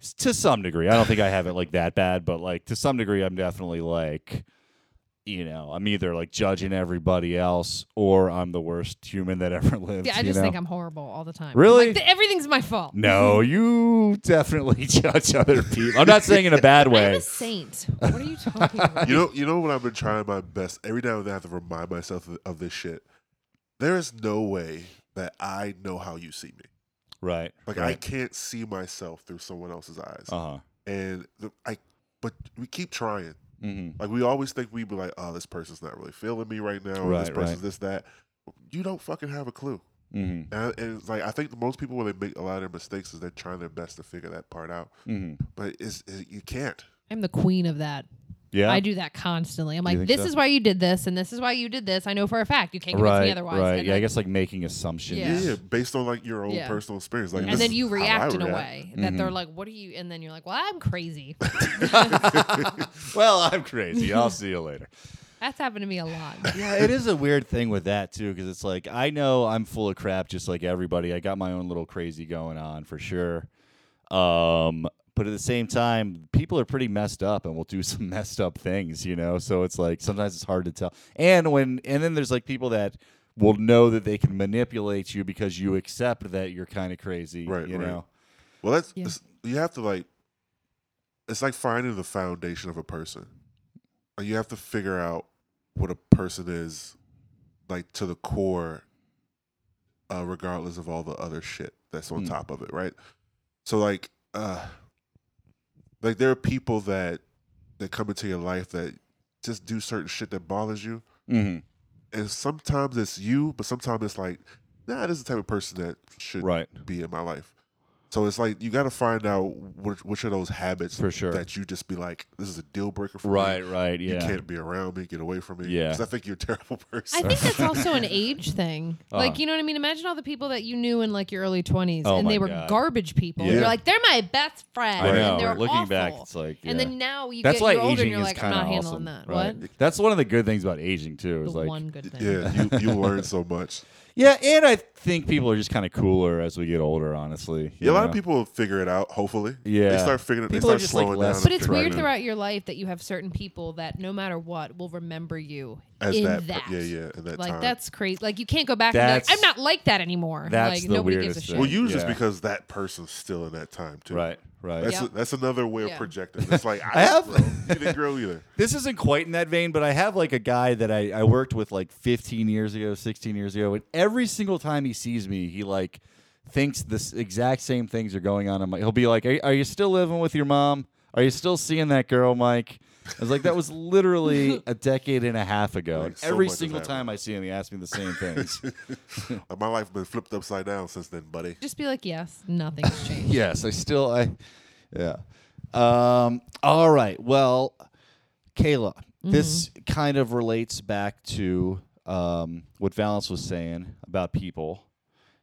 G: S- To some degree. I don't think I have it like that bad, but like to some degree I'm definitely like you know, I'm either like judging everybody else or I'm the worst human that ever lived.
D: Yeah, I
G: you
D: just
G: know?
D: think I'm horrible all the time.
G: Really?
D: Like, th- everything's my fault.
G: No, you definitely judge other people. I'm not saying in a bad
D: I'm
G: way.
D: a saint. What are you talking about?
E: You know, you know what I've been trying my best. Every now and then I have to remind myself of, of this shit. There is no way that I know how you see me.
G: Right.
E: Like I
G: right.
E: can't see myself through someone else's eyes.
G: Uh-huh.
E: and the, I, but we keep trying.
G: hmm
E: Like we always think we'd be like, oh, this person's not really feeling me right now. or this
G: Right,
E: person's
G: right.
E: this that. You don't fucking have a clue.
G: hmm
E: And, and it's like I think most people when they make a lot of their mistakes is they're trying their best to figure that part out,
G: hmm
E: but it's, it, you can't.
D: I'm the queen of that.
G: Yeah.
D: I do that constantly. I'm
G: You
D: like,
G: think
D: this
G: so?
D: is why you did this, and this is why you did this. I know for a fact you can't convince
G: right.
D: me otherwise.
G: Right.
D: And
G: Yeah, I
D: like-
G: guess like making assumptions.
E: Yeah,
D: Yeah.
E: based on like your own
D: Yeah.
E: personal experience. Like,
G: And
E: this
D: and then
E: is
D: you
E: how I
D: react in a
E: react.
D: way that
G: Mm-hmm.
D: they're like, "What are you?" And then you're like, "Well, I'm crazy."
G: well, I'm crazy. I'll see you later.
D: That's happened to me a lot.
G: Yeah, it is a weird thing with that too, because it's like I know I'm full of crap, just like everybody. I got my own little crazy going on for sure. Um, but at the same time, people are pretty messed up and will do some messed up things, you know. So it's like sometimes it's hard to tell. And when and then there's like people that will know that they can manipulate you because you accept that you're kind of crazy,
E: Right,
G: You
E: right.
G: know,
E: Well, that's
D: Yeah.
E: it's- you have to like. It's like finding the foundation of a person. Like, You have to figure out what a person is, like to the core. Uh, regardless of all the other shit that's on
G: Hmm.
E: top of it, right? So like, uh, like there are people that that come into your life that just do certain shit that bothers you,
G: mm-hmm.
E: and sometimes it's you, but sometimes it's like, nah, this is the type of person that should
G: right?
E: be in my life. So it's like you got to find out which, which of those habits
G: For sure.
E: that you just be like, this is a deal breaker for
G: Right,
E: me.
G: right,
E: You
G: yeah.
E: can't be around me. Get away from me.
G: Yeah.
E: 'Cause I think you're a terrible person.
D: I think that's also an age thing.
G: Uh.
D: Like, you know what I mean? Imagine all the people that you knew in like your early 20s
G: Oh
D: and
G: my
D: they were
G: God.
D: garbage people.
E: Yeah.
D: You're like, they're my best friend.
G: I
E: Right.
G: know.
D: And they're
G: Looking
D: awful.
G: back, it's like
D: And
G: yeah.
D: then now you
G: That's
D: get
G: why
D: you're older and
G: aging
D: you're
G: is
D: like, I'm
G: kind of
D: not
G: awesome.
D: handling that.
G: right?
D: What?
G: That's one of the good things about aging too.
D: The
G: Is like
D: one good thing.
E: yeah, you, you learn so much.
G: Yeah, and I think people are just kind of cooler as we get older, honestly. you
E: Yeah, a lot of
G: know?
E: people figure it out. Hopefully, they
G: Yeah.
E: start figuring.
G: People
E: they
G: are
E: start
G: just, like,
E: slowing down.
G: less
E: and
D: But it's
E: figuring
D: weird
E: it out.
D: throughout your life that you have certain people that no matter what will remember you
E: As
D: in
E: that
D: that.
E: per- yeah, yeah, in that
D: like
E: time.
D: that's crazy. Like you can't go back and be like,
G: That's-
D: I'm not like that anymore.
G: that's
D: like
G: the
D: nobody gives
G: weirdest
D: a
G: thing.
D: shit.
E: well, usually
G: Yeah.
E: it's because that person's still in that time too.
G: Right, right.
E: That's
D: Yeah.
E: that's another way of
D: Yeah.
E: projecting. It's like
G: I
E: I, have
G: have-
E: grow. you didn't grow either.
G: This isn't quite in that vein, but I have like a guy that I, I worked with like 15 years ago, 16 years ago, and every single time he sees me, he like thinks this exact same things are going on. in my. he'll be like, are, "Are you still living with your mom? Are you still seeing that girl, Mike?" I was like, "That was literally a decade and a half ago."
E: Like,
G: And
E: so
G: every
E: much has
G: single
E: happened.
G: time I see him, he asks me the same things.
E: Like, Uh, my life been flipped upside down since then, buddy.
D: Just be like, yes, nothing's changed.
G: yes, I still I yeah. Um all right. Well, Kayla, this
D: Mm-hmm.
G: kind of relates back to um what Valence was saying about people.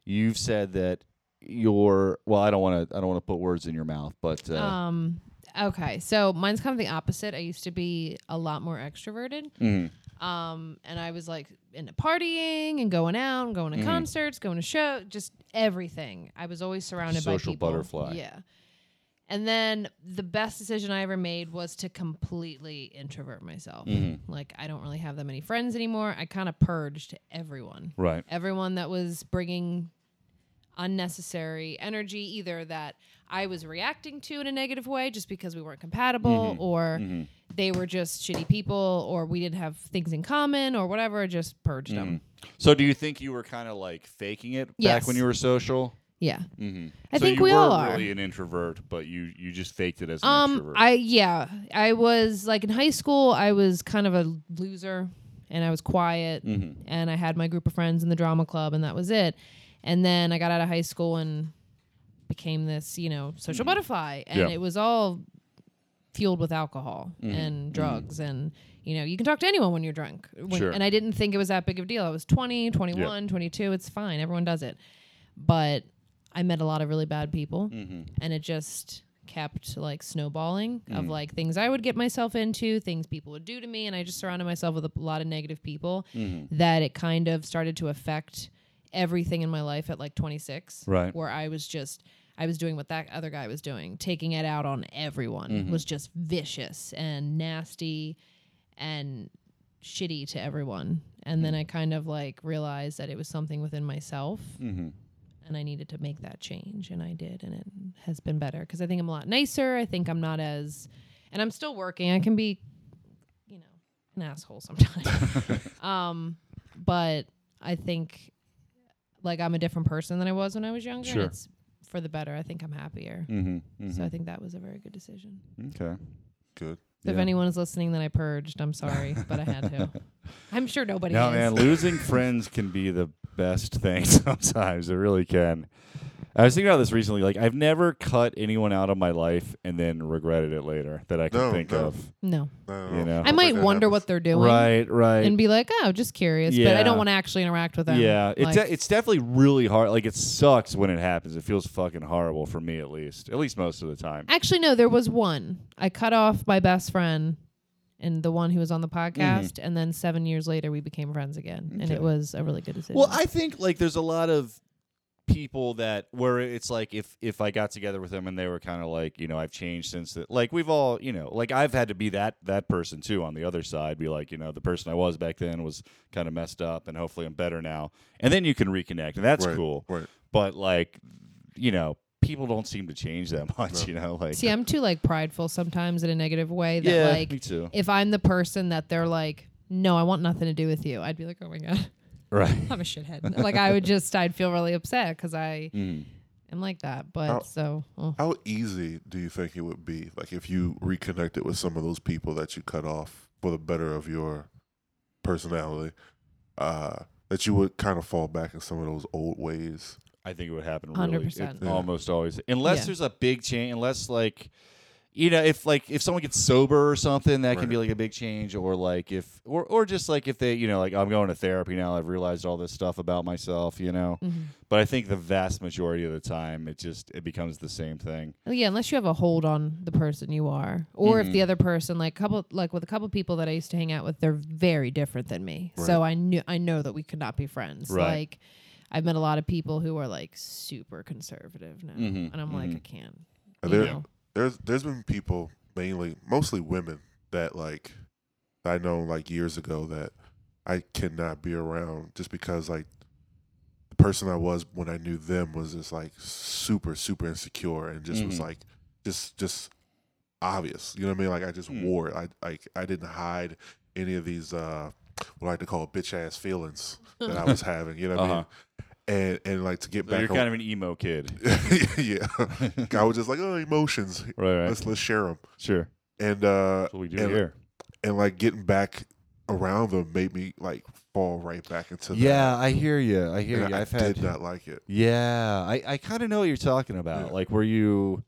G: You've said that your well, I don't want to I don't want to put words in your mouth, but uh,
D: Um. Okay, so mine's kind of the opposite. I used to be a lot more extroverted.
G: mhm,
D: Um, and I was like into partying and going out and going to
G: Mhm.
D: concerts, going to show, just everything. I was always surrounded by
G: Social
D: people.
G: butterfly.
D: Yeah. And then the best decision I ever made was to completely introvert myself.
G: Mhm.
D: Like I don't really have that many friends anymore. I kind of purged everyone.
G: right.
D: Everyone that was bringing unnecessary energy, either that I was reacting to in a negative way just because we weren't compatible, or
G: mhm.
D: they were just shitty people, or we didn't have things in common, or
G: Mm-hmm.
D: whatever, I just purged them.
G: So do you think you were kind of like faking it back
D: Yes.
G: when you were social?
D: Yeah.
G: Mm-hmm.
D: I
G: so
D: think
G: you
D: we
G: were
D: all are.
G: really an introvert, but you you just faked it as an
D: Um,
G: extrovert.
D: I yeah, I was like in high school. I was kind of a loser, and I was quiet,
G: Mhm.
D: and I had my group of friends in the drama club, and that was it. And then I got out of high school and became this, you know, social butterfly, and
G: Mm-hmm. Yeah. Mm-hmm.
D: it was all fueled with alcohol and drugs and you know you can talk to anyone when you're drunk When-
G: Sure.
D: and i didn't think it was that big of a deal i was 20 21 22 it's fine everyone does it but i met a lot of really bad people and it just kept like snowballing of like things I would get myself into, things people would do to me, and I just surrounded myself with a lot of negative people that it kind of started to affect everything in my life at like 26,
G: Right.
D: Where I was just I was doing what that other guy was doing, taking it out on everyone. Was just vicious and nasty and shitty to everyone. And then I kind of like realized that it was something within myself and I needed to make that change, and I did, and it has been better because I think I'm a lot nicer. I think I'm not as, and I'm still working. I can be, you know, an asshole sometimes, um, but I think like I'm a different person than I was when I was younger.
G: Sure.
D: And it's for the better. I think I'm happier.
G: mm-hmm.
D: So I think that was a very good decision.
G: Okay.
E: Good.
D: So If
G: Yeah.
D: anyone is listening that I purged, I'm sorry, but I had to. I'm sure nobody
G: No,
D: is.
G: man, losing friends can be the best thing sometimes. It really can. I was thinking about this recently. Like, I've never cut anyone out of my life and then regretted it later that I can
E: No,
G: think
E: no.
G: of.
D: No.
E: No,
G: You know.
D: I might wonder what they're doing.
G: Right, right.
D: and be like, oh, just curious, but I
G: Yeah.
D: don't want to actually interact with them.
G: yeah, it's
D: Like,
G: de- it's definitely really hard. Like, it sucks when it happens. It feels fucking horrible for me, at least, at least most of the time.
D: actually no. There was one. I cut off my best friend and the one who was on the podcast, and then seven years later we became friends again, and it
G: Mm-hmm. Okay.
D: was a really good decision.
G: Well, I think like there's a lot of people that where it's like if if I got together with them and they were kind of like you know I've changed since that like we've all you know like I've had to be that that person too on the other side be like you know the person I was back then was kind of messed up and hopefully I'm better now and then you can reconnect and that's
E: Right,
G: cool
E: right.
G: but like you know people don't seem to change that much you know like
D: see, I'm too like prideful sometimes in a negative way. That
G: yeah me
D: like,
G: too
D: if I'm the person that they're like, no, I want nothing to do with you, I'd be like, oh my god,
G: right
D: I'm a shithead. like I would just, I'd feel really upset because I
G: Mm.
D: am like that. But
E: I'll-
D: so. oh.
E: How easy do you think it would be, like, if you reconnected with some of those people that you cut off for the better of your personality, uh, that you would kind of fall back in some of those old ways?
G: I think it would happen really.
D: 100%.
G: It almost always. Unless
D: Yeah.
G: there's a big change, unless like you know, if like if someone gets sober or something, that can be like a big change or like if or or just like if they, you know, like I'm going to therapy now, I've realized all this stuff about myself, you know.
D: Mm-hmm.
G: But I think the vast majority of the time it just it becomes the same thing.
D: Well, Yeah, unless you have a hold on the person you are, or if the other person, like couple, like with a couple people that I used to hang out with, they're very different than me. So I knew I know that we could not be friends.
G: Right.
D: Like I've met a lot of people who are like super conservative now, and I'm like, I can't.
E: Are
D: you
E: there-
D: know?
E: there's there's been people mainly mostly women that like I know like years ago that I cannot be around just because like the person I was when I knew them was just like super super insecure and just was
G: Mhm.
E: like just just obvious you know what I mean like I just
G: Mm.
E: wore it I like I didn't hide any of these uh what I like to call bitch ass feelings that I was having you know what
G: Uh-huh.
E: I mean and and like to get
G: So
E: back
G: you're kind of an emo kid.
E: yeah I was just like oh emotions
G: Right, right.
E: let's let's share them
G: Sure.
E: and uh
G: That's what we do
E: and,
G: here.
E: and like getting back around them made me like fall right back into
G: Yeah, I hear you. I
E: that.
G: hear
E: And
G: you.
E: I
G: I've had
E: did not like it
G: Yeah, I, I kind of know what you're talking about.
E: Yeah.
G: Like were you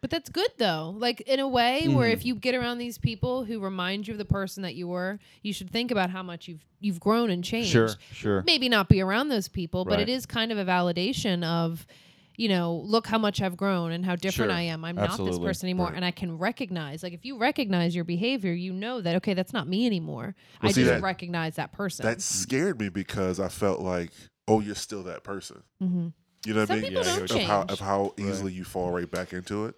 D: But that's good though. Like in a way where if you get around these people who remind you of the person that you were, you should think about how much you've you've grown and changed.
G: Sure, sure.
D: Maybe not be around those people, but it
G: Right.
D: is kind of a validation of you know, look how much I've grown and how different
G: Sure,
D: I am. I'm not
G: absolutely,
D: this person anymore,
E: right.
D: and I can recognize. Like, if you recognize your behavior, you know that okay, that's not me anymore.
E: Well,
D: I
E: see,
D: just
E: that-
D: recognize that person.
E: that scared me because I felt like oh you're still that person
D: mm-hmm.
E: you know what I
D: Some
E: mean
D: people
G: Yeah, I
D: don't
E: of
D: change.
E: how of how easily you fall right back into it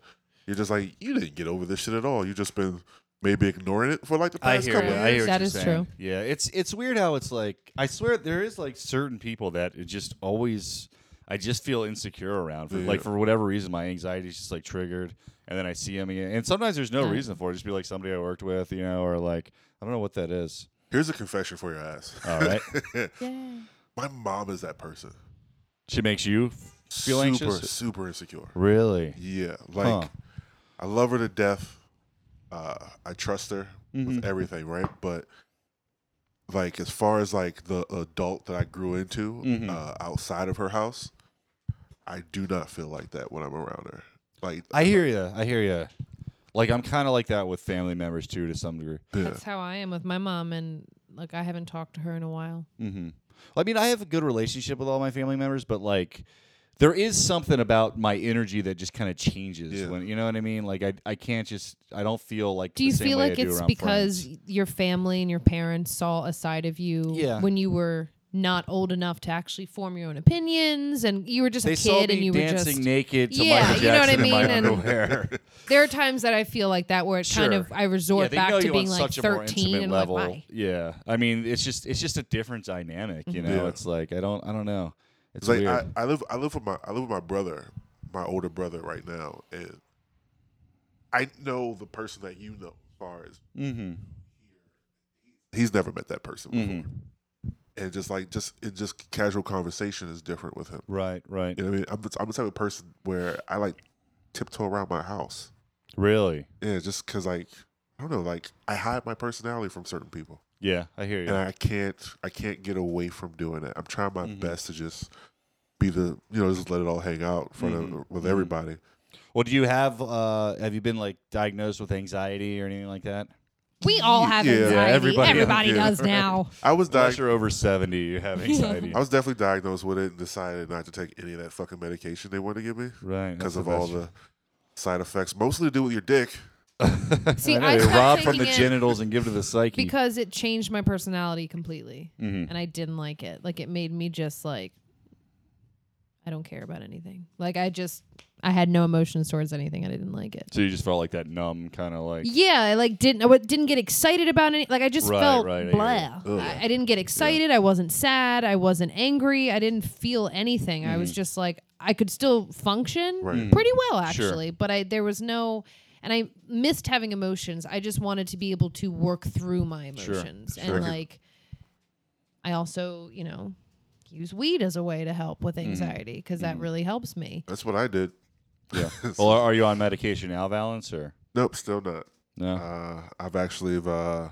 E: you're just like you didn't get over this shit at all you just been maybe ignoring it for like the
G: I
E: past
G: hear,
E: couple
G: you.
E: of
G: I hear
E: years
G: what
D: That
G: you're
D: is
G: saying.
D: true.
G: Yeah, it's it's weird how it's like. I swear there is like certain people that it just always. I just feel insecure around for like
E: Yeah.
G: for whatever reason my anxiety is just like triggered and then I see them again and sometimes there's no
D: Yeah.
G: reason for it just be like somebody I worked with you know or like I don't know what that is
E: here's a confession for your ass
G: all right
D: Yeah.
E: my mom is that person
G: she makes you f- Feel
E: super,
G: anxious?
E: super insecure.
G: Really?
E: Yeah, like
G: Huh.
E: I love her to death. Uh, I trust her
G: Mm-hmm.
E: with everything, right? But like as far as like the adult that I grew into
G: Mm-hmm.
E: uh, outside of her house, I do not feel like that when I'm around her. Like
G: I hear you. I hear you. Like I'm kind of like that with family members too, to some degree.
E: yeah,
D: That's how I am with my mom, and like I haven't talked to her in a while.
G: Mm-hmm. I mean, I have a good relationship with all my family members, but like, there is something about my energy that just kind of changes
E: Yeah.
G: when you know what I mean. Like, I I can't just I don't feel like.
D: Do
G: the
D: you
G: same
D: feel
G: way I
D: like
G: do
D: it's
G: around
D: because
G: friends.
D: your family and your parents saw a side of you
G: Yeah.
D: when you were not old enough to actually form your own opinions, and you were just
G: they
D: a
G: saw
D: kid,
G: me
D: and you were
G: dancing
D: just
G: naked to
D: Yeah,
G: Michael
D: you know what I
G: Jackson in my
D: mean? And-
G: underwear?
D: There are times that I feel like that where it kind
G: Sure.
D: of I
G: yeah,
D: resort
G: they know
D: back to
G: you
D: being
G: on
D: like
G: such a more
D: thirteen
G: intimate
D: and
G: level.
D: like, why?
G: yeah, I mean, it's just it's just a different dynamic. You know,
E: Yeah.
G: it's like I don't I don't know.
E: it's
G: It's
E: like
G: weird.
E: I, I live I live with my I live with my brother, my older brother right now, and I know the person that you know as far as
G: mm-hmm.
E: he's never met that person before.
G: Mhm.
E: And just like just it just casual conversation is different with him.
G: Right, right.
E: You know what I mean? I'm the, I'm the type of person where I like tiptoe around my house.
G: Really?
E: Yeah, just because like I don't know, like I hide my personality from certain people,
G: Yeah, I hear you.
E: and I can't I can't get away from doing it. I'm trying my
G: Mhm.
E: best to just be the you know just let it all hang out in front
G: Mhm.
E: of with
G: Mhm.
E: everybody.
G: Well, do you have uh have you been like diagnosed with anxiety or anything like that?
D: We all have
E: Yeah. Yeah,
D: anxiety.
G: everybody-
D: everybody
E: Yeah.
D: does now.
E: I was
G: Unless
E: diag-
G: you're over 70, you have anxiety.
E: I was definitely diagnosed with it and decided not to take any of that fucking medication they wanted to give me
G: right. that's
E: because of
G: the
E: all
G: best.
E: the side effects, mostly to do with your dick.
D: See,
G: I know,
D: I
G: they
D: stopped
G: rob from the
D: taking it
G: genitals and give to the psyche.
D: because it changed my personality completely,
G: Mhm.
D: and I didn't like it. Like it made me just like I don't care about anything. Like I just I had no emotions towards anything. and I didn't like it.
G: so you just felt like that numb kind of like
D: Yeah, I like didn't I wa- didn't get excited about any like I just
G: Right,
D: felt
G: right, I
D: blah.
G: hear
E: you. Ugh.
D: I, I didn't get excited. I wasn't sad. I wasn't angry. I didn't feel anything. I
G: Mm.
D: was just like I could still function
E: Right.
D: pretty well
G: Sure.
D: actually, but I there was no and I missed having emotions. I just wanted to be able to work through my
G: Sure.
D: emotions
E: Sure.
D: and like I also, you know, use weed as a way to help with
G: Mm-hmm.
D: anxiety because that really helps me.
E: That's what I did.
G: yeah. well, are you on medication now, Valence or
E: Nope, still not.
G: no?
E: Uh, I've actually, uh,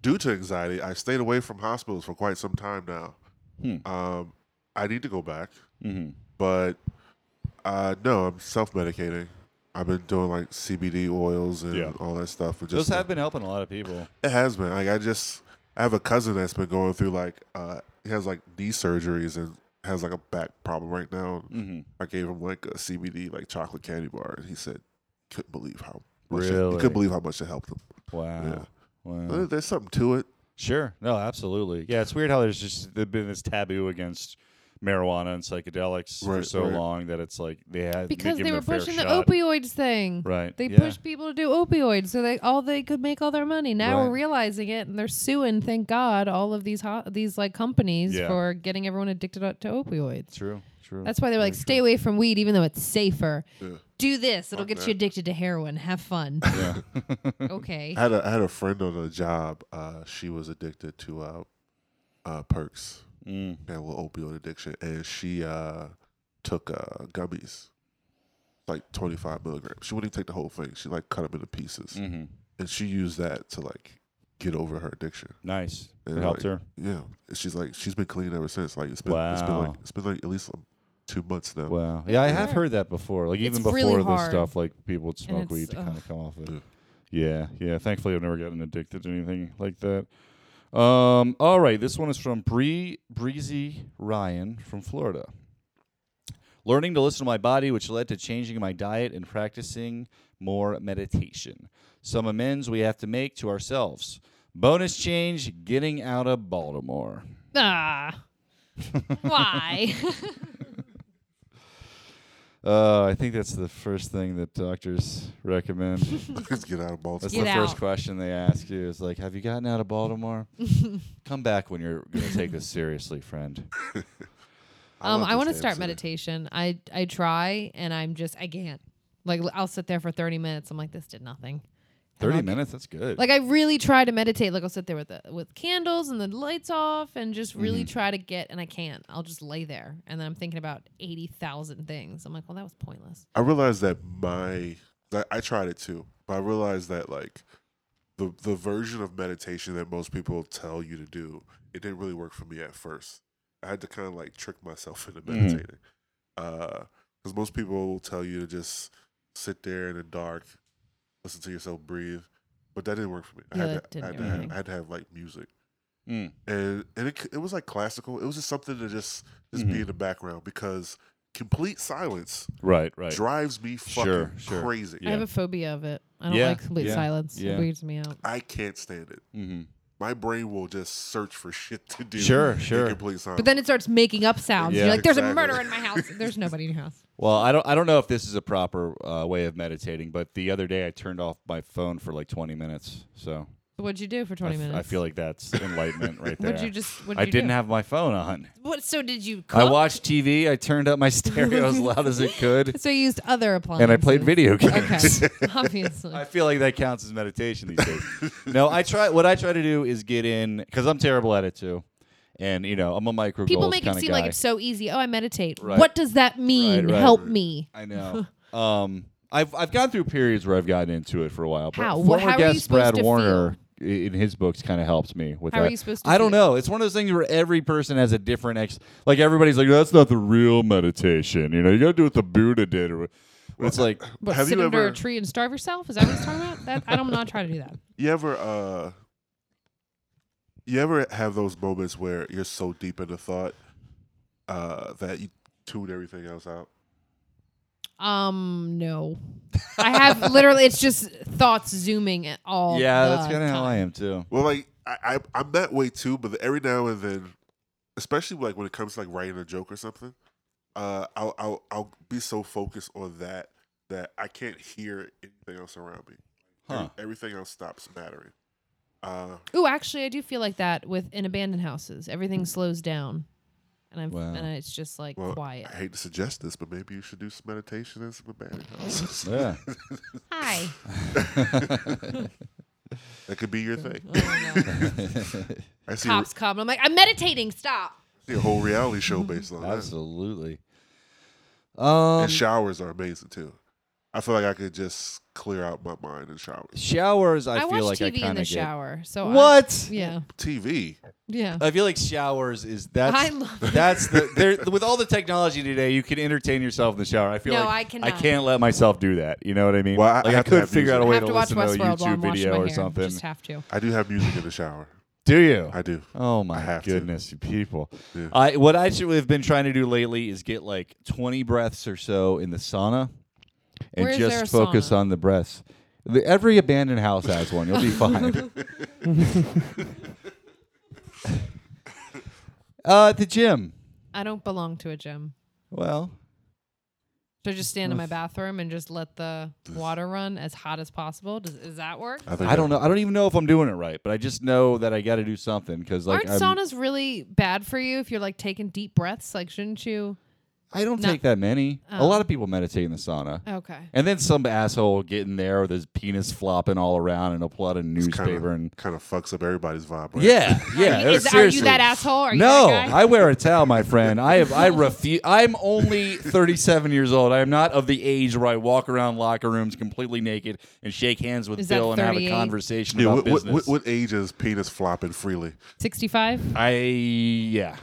E: due to anxiety, I stayed away from hospitals for quite some time now.
G: Hmm.
E: Um, I need to go back,
G: mm-hmm.
E: but uh, no, I'm self medicating. I've been doing like CBD oils and
G: Yeah.
E: all that stuff. But
G: Those
E: just
G: have been helping a lot of people.
E: it has been like I just I have a cousin that's been going through like uh, he has like knee surgeries and has like a back problem right now.
G: Mm-hmm.
E: I gave him like a CBD like chocolate candy bar, and he said couldn't believe how much it, he
G: Really?
E: couldn't believe how much it helped him.
G: Wow.
E: Yeah.
G: Wow.
E: There- There's something to it.
G: Sure. No, absolutely. Yeah, it's weird how there's just there's been this taboo against marijuana and psychedelics for
E: Right,
G: so
E: right.
G: long that it's like they had
D: Because
G: give
D: they
G: them
D: were
G: a fair
D: pushing the
G: shot.
D: opioids thing.
G: Right.
D: They
G: yeah.
D: pushed people to do opioids, so they all they could make all their money. Now
G: Right.
D: we're realizing it, and they're suing. Thank God, all of these ho- these like companies
G: Yeah.
D: for getting everyone addicted o- to opioids.
G: True. True.
D: That's why they were like, stay away from weed, even though it's safer.
E: Yeah.
D: Do this; it'll get
E: that.
D: you addicted to heroin. Have fun. okay.
E: I had a I had a friend on a job. Uh, she was addicted to uh, uh, perks
G: Mm.
E: and a little opioid addiction, and she uh, took uh, gummies, like twenty five milligrams. She wouldn't even take the whole thing. She like cut them into pieces,
G: hmm
E: and she used that to like get over her addiction.
G: Nice.
E: Yeah,
G: it helped
E: like-
G: her.
E: Yeah, And she's like she's been clean ever since. Like it's been it's been like
G: Wow.
E: it's been like at least um, two months now.
G: Wow. Yeah, I have
D: Yeah.
G: heard that before. Like even
D: It's
G: before
D: really
G: this
D: hard.
G: stuff, like people would smoke
D: it's-
G: weed to
D: ugh.
G: kind of come off it.
E: Yeah.
G: Yeah. Yeah. Thankfully, I've never gotten addicted to anything like that. Um. All right. This one is from Bree Breezy Ryan from Florida. Learning to listen to my body, which led to changing my diet and practicing more meditation. Some amends we have to make to ourselves. Bonus change: getting out of Baltimore.
D: Ah. why?
G: Uh, I think that's the first thing that doctors recommend.
E: Let's get out of Baltimore.
G: That's
D: Get
G: the first
D: out.
G: question they ask you is like, "Have you gotten out of Baltimore? Come back when you're going to take this seriously, friend."
D: um,
E: love
D: I
E: this
D: want to
E: damn
D: start
E: city.
D: meditation. I I try, and I'm just I can't. Like I'll sit there for thirty minutes. I'm like, this did nothing.
G: Thirty
D: I'll-
G: minutes. That's good.
D: Like I really try to meditate. Like I'll sit there with the with candles and the lights off, and just really try to get. And I can't. I'll just lay there, and then I'm thinking about eighty thousand things. I'm like, well, that was pointless.
E: I realized that my I, I tried it too, but I realized that like the the version of meditation that most people tell you to do, it didn't really work for me at first. I had to kind of like trick myself into meditating, because most people will tell you to just sit there in the dark, listen to yourself breathe, but that didn't work for me. I
D: Yeah,
E: had
D: that
E: to, I
D: didn't
E: had, to
D: do
E: have,
D: anything.
E: I had to have like music,
G: Mm.
E: and and it c- it was like classical. It was just something to just just
G: Mhm.
E: be in the background because complete silence
G: Right. Right.
E: drives me fucking
G: Sure, sure.
E: crazy.
D: I have
G: Yeah.
D: a phobia of it. I don't
G: Yeah,
D: like complete
G: yeah,
D: silence.
G: yeah.
D: It weirds me out.
E: I can't stand it.
G: mm-hmm.
E: My brain will just search for shit to do.
G: Sure,
E: in
G: sure.
E: Complete silence.
D: But then it starts making up sounds.
G: Yeah.
D: You're like, there's a
E: Exactly.
D: murder in my house. There's nobody in your house.
G: Well, I don't. I don't know if this is a proper uh, way of meditating, but the other day I turned off my phone for like twenty minutes. So
D: So what'd you do for
G: I
D: 20
G: f-
D: minutes?
G: I feel like that's enlightenment right there.
D: What'd you just? What'd
G: I
D: you
G: didn't
D: do?
G: have my phone on.
D: What? So did you?
G: I
D: cook?
G: watched TV. I turned up my stereo as loud as it could,
D: So you used other appliances.
G: and I played video
D: Okay,
G: games.
D: obviously.
G: I feel like that counts as meditation these days. no, I try. What I try to do is get in because I'm terrible at it too, and you know I'm a micro.
D: People
G: goals
D: make it
G: kinda
D: seem
G: guy.
D: like it's so easy. Oh, I meditate.
G: Right.
D: What does that mean?
G: Right, right,
D: Help
E: right.
D: me.
G: I know. um, I've I've gone through periods where I've gotten into it for a while. But
D: How? Wha-
G: Former
D: how are you
G: guest
D: supposed
G: Brad
D: to
G: Warner i- in his books kind of helps me with
D: How
G: that.
D: are you supposed to?
G: I don't
D: feel?
G: know. It's one of those things where every person has a different ex. Like everybody's like, that's not the real meditation. You know, you got to do what the Buddha did, or what- it's like
D: What,
E: Have
D: sit
E: you
D: under
E: ever-
D: a tree and starve yourself? Is that what he's talking about? That, I'm not trying to do that.
E: you ever uh, you ever have those moments where you're so deep into thought uh that you tune everything else out?
D: Um, no. I have literally. It's just thoughts zooming at all.
G: yeah,
D: the
G: that's kind of how I
D: time.
G: am too.
E: Well, like I, I I'm that way too, but every now and then, especially like when it comes to like writing a joke or something, uh, I'll I'll I'll be so focused on that that I can't hear anything else around me. Every-
G: Huh.
E: everything else stops mattering. Uh,
D: Ooh, actually, I do feel like that with in abandoned houses. Everything slows down, and I'm
G: Wow.
D: and it's just like
E: well,
D: quiet.
E: I hate to suggest this, but maybe you should do some meditation and some abandoned houses.
G: Yeah.
D: Hi.
E: that could be your thing.
D: Oh, no.
E: I see,
D: Cops come. I'm like, I'm meditating. Stop.
E: I see a whole reality show
D: Mm-hmm.
E: based on that.
G: Absolutely. Um,
E: and showers are amazing too. I feel like I could just clear out my mind in showers.
G: showers. I,
D: I, watch
G: feel like I
D: TV in
G: kind of
D: the
G: get.
D: shower. So I-
G: What?
D: yeah,
E: TV.
D: yeah.
G: I feel like showers is that's
D: I love it.
G: that's the there with all the technology today you can entertain yourself in the shower. I feel
D: No,
G: like
D: I
G: I
D: cannot.
G: can't let myself do that. You know what I mean?
E: Well, I- I
G: like I
E: have to
G: could
E: have
G: figure out a
E: music.
G: way
D: I have
G: to
D: to watch
G: listen to a
D: Westworld while I'm
G: YouTube
D: washing
G: video
D: my hair.
G: or something.
D: Just have to.
E: I do have music in the shower.
G: Do you?
E: I do.
G: Oh my
E: have to.
G: goodness, you people!
E: Yeah.
G: I what I should have been trying to do lately is get like twenty breaths or so in the sauna, and
D: Where is there
G: just
D: a
G: focus
D: sauna?
G: on the breaths. The, every abandoned house has one. You'll be fine. uh, at the gym.
D: I don't belong to a gym.
G: Well,
D: Should I just stand in my bathroom and just let the water run as hot as possible? Does, does that work?
E: think
G: I don't know. I don't even know if I'm doing it right, but I just know that I got to do something because like
D: Aren't
G: I'm-
D: saunas really bad for you if you're like taking deep breaths? Like, shouldn't you?
G: I don't
D: not-
G: take that many. A
D: Oh.
G: lot of people meditate in the sauna.
D: Okay.
G: And then some asshole will get in there with his penis flopping all around and he'll pull out a newspaper and
E: kind of fucks up everybody's vibe. Right?
G: yeah, yeah.
D: Are you, is- are you
G: seriously.
D: that asshole? Are you
G: no,
D: that guy?
G: I wear a towel, my friend. I have I refuse. I'm only 37 years old. I am not of the age where I walk around locker rooms completely naked and shake hands with
D: Is that
G: Bill and have a
D: 38?
G: conversation
E: Yeah,
G: about
E: what, what,
G: business.
E: what, what age is penis flopping freely?
D: 65?
G: I yeah,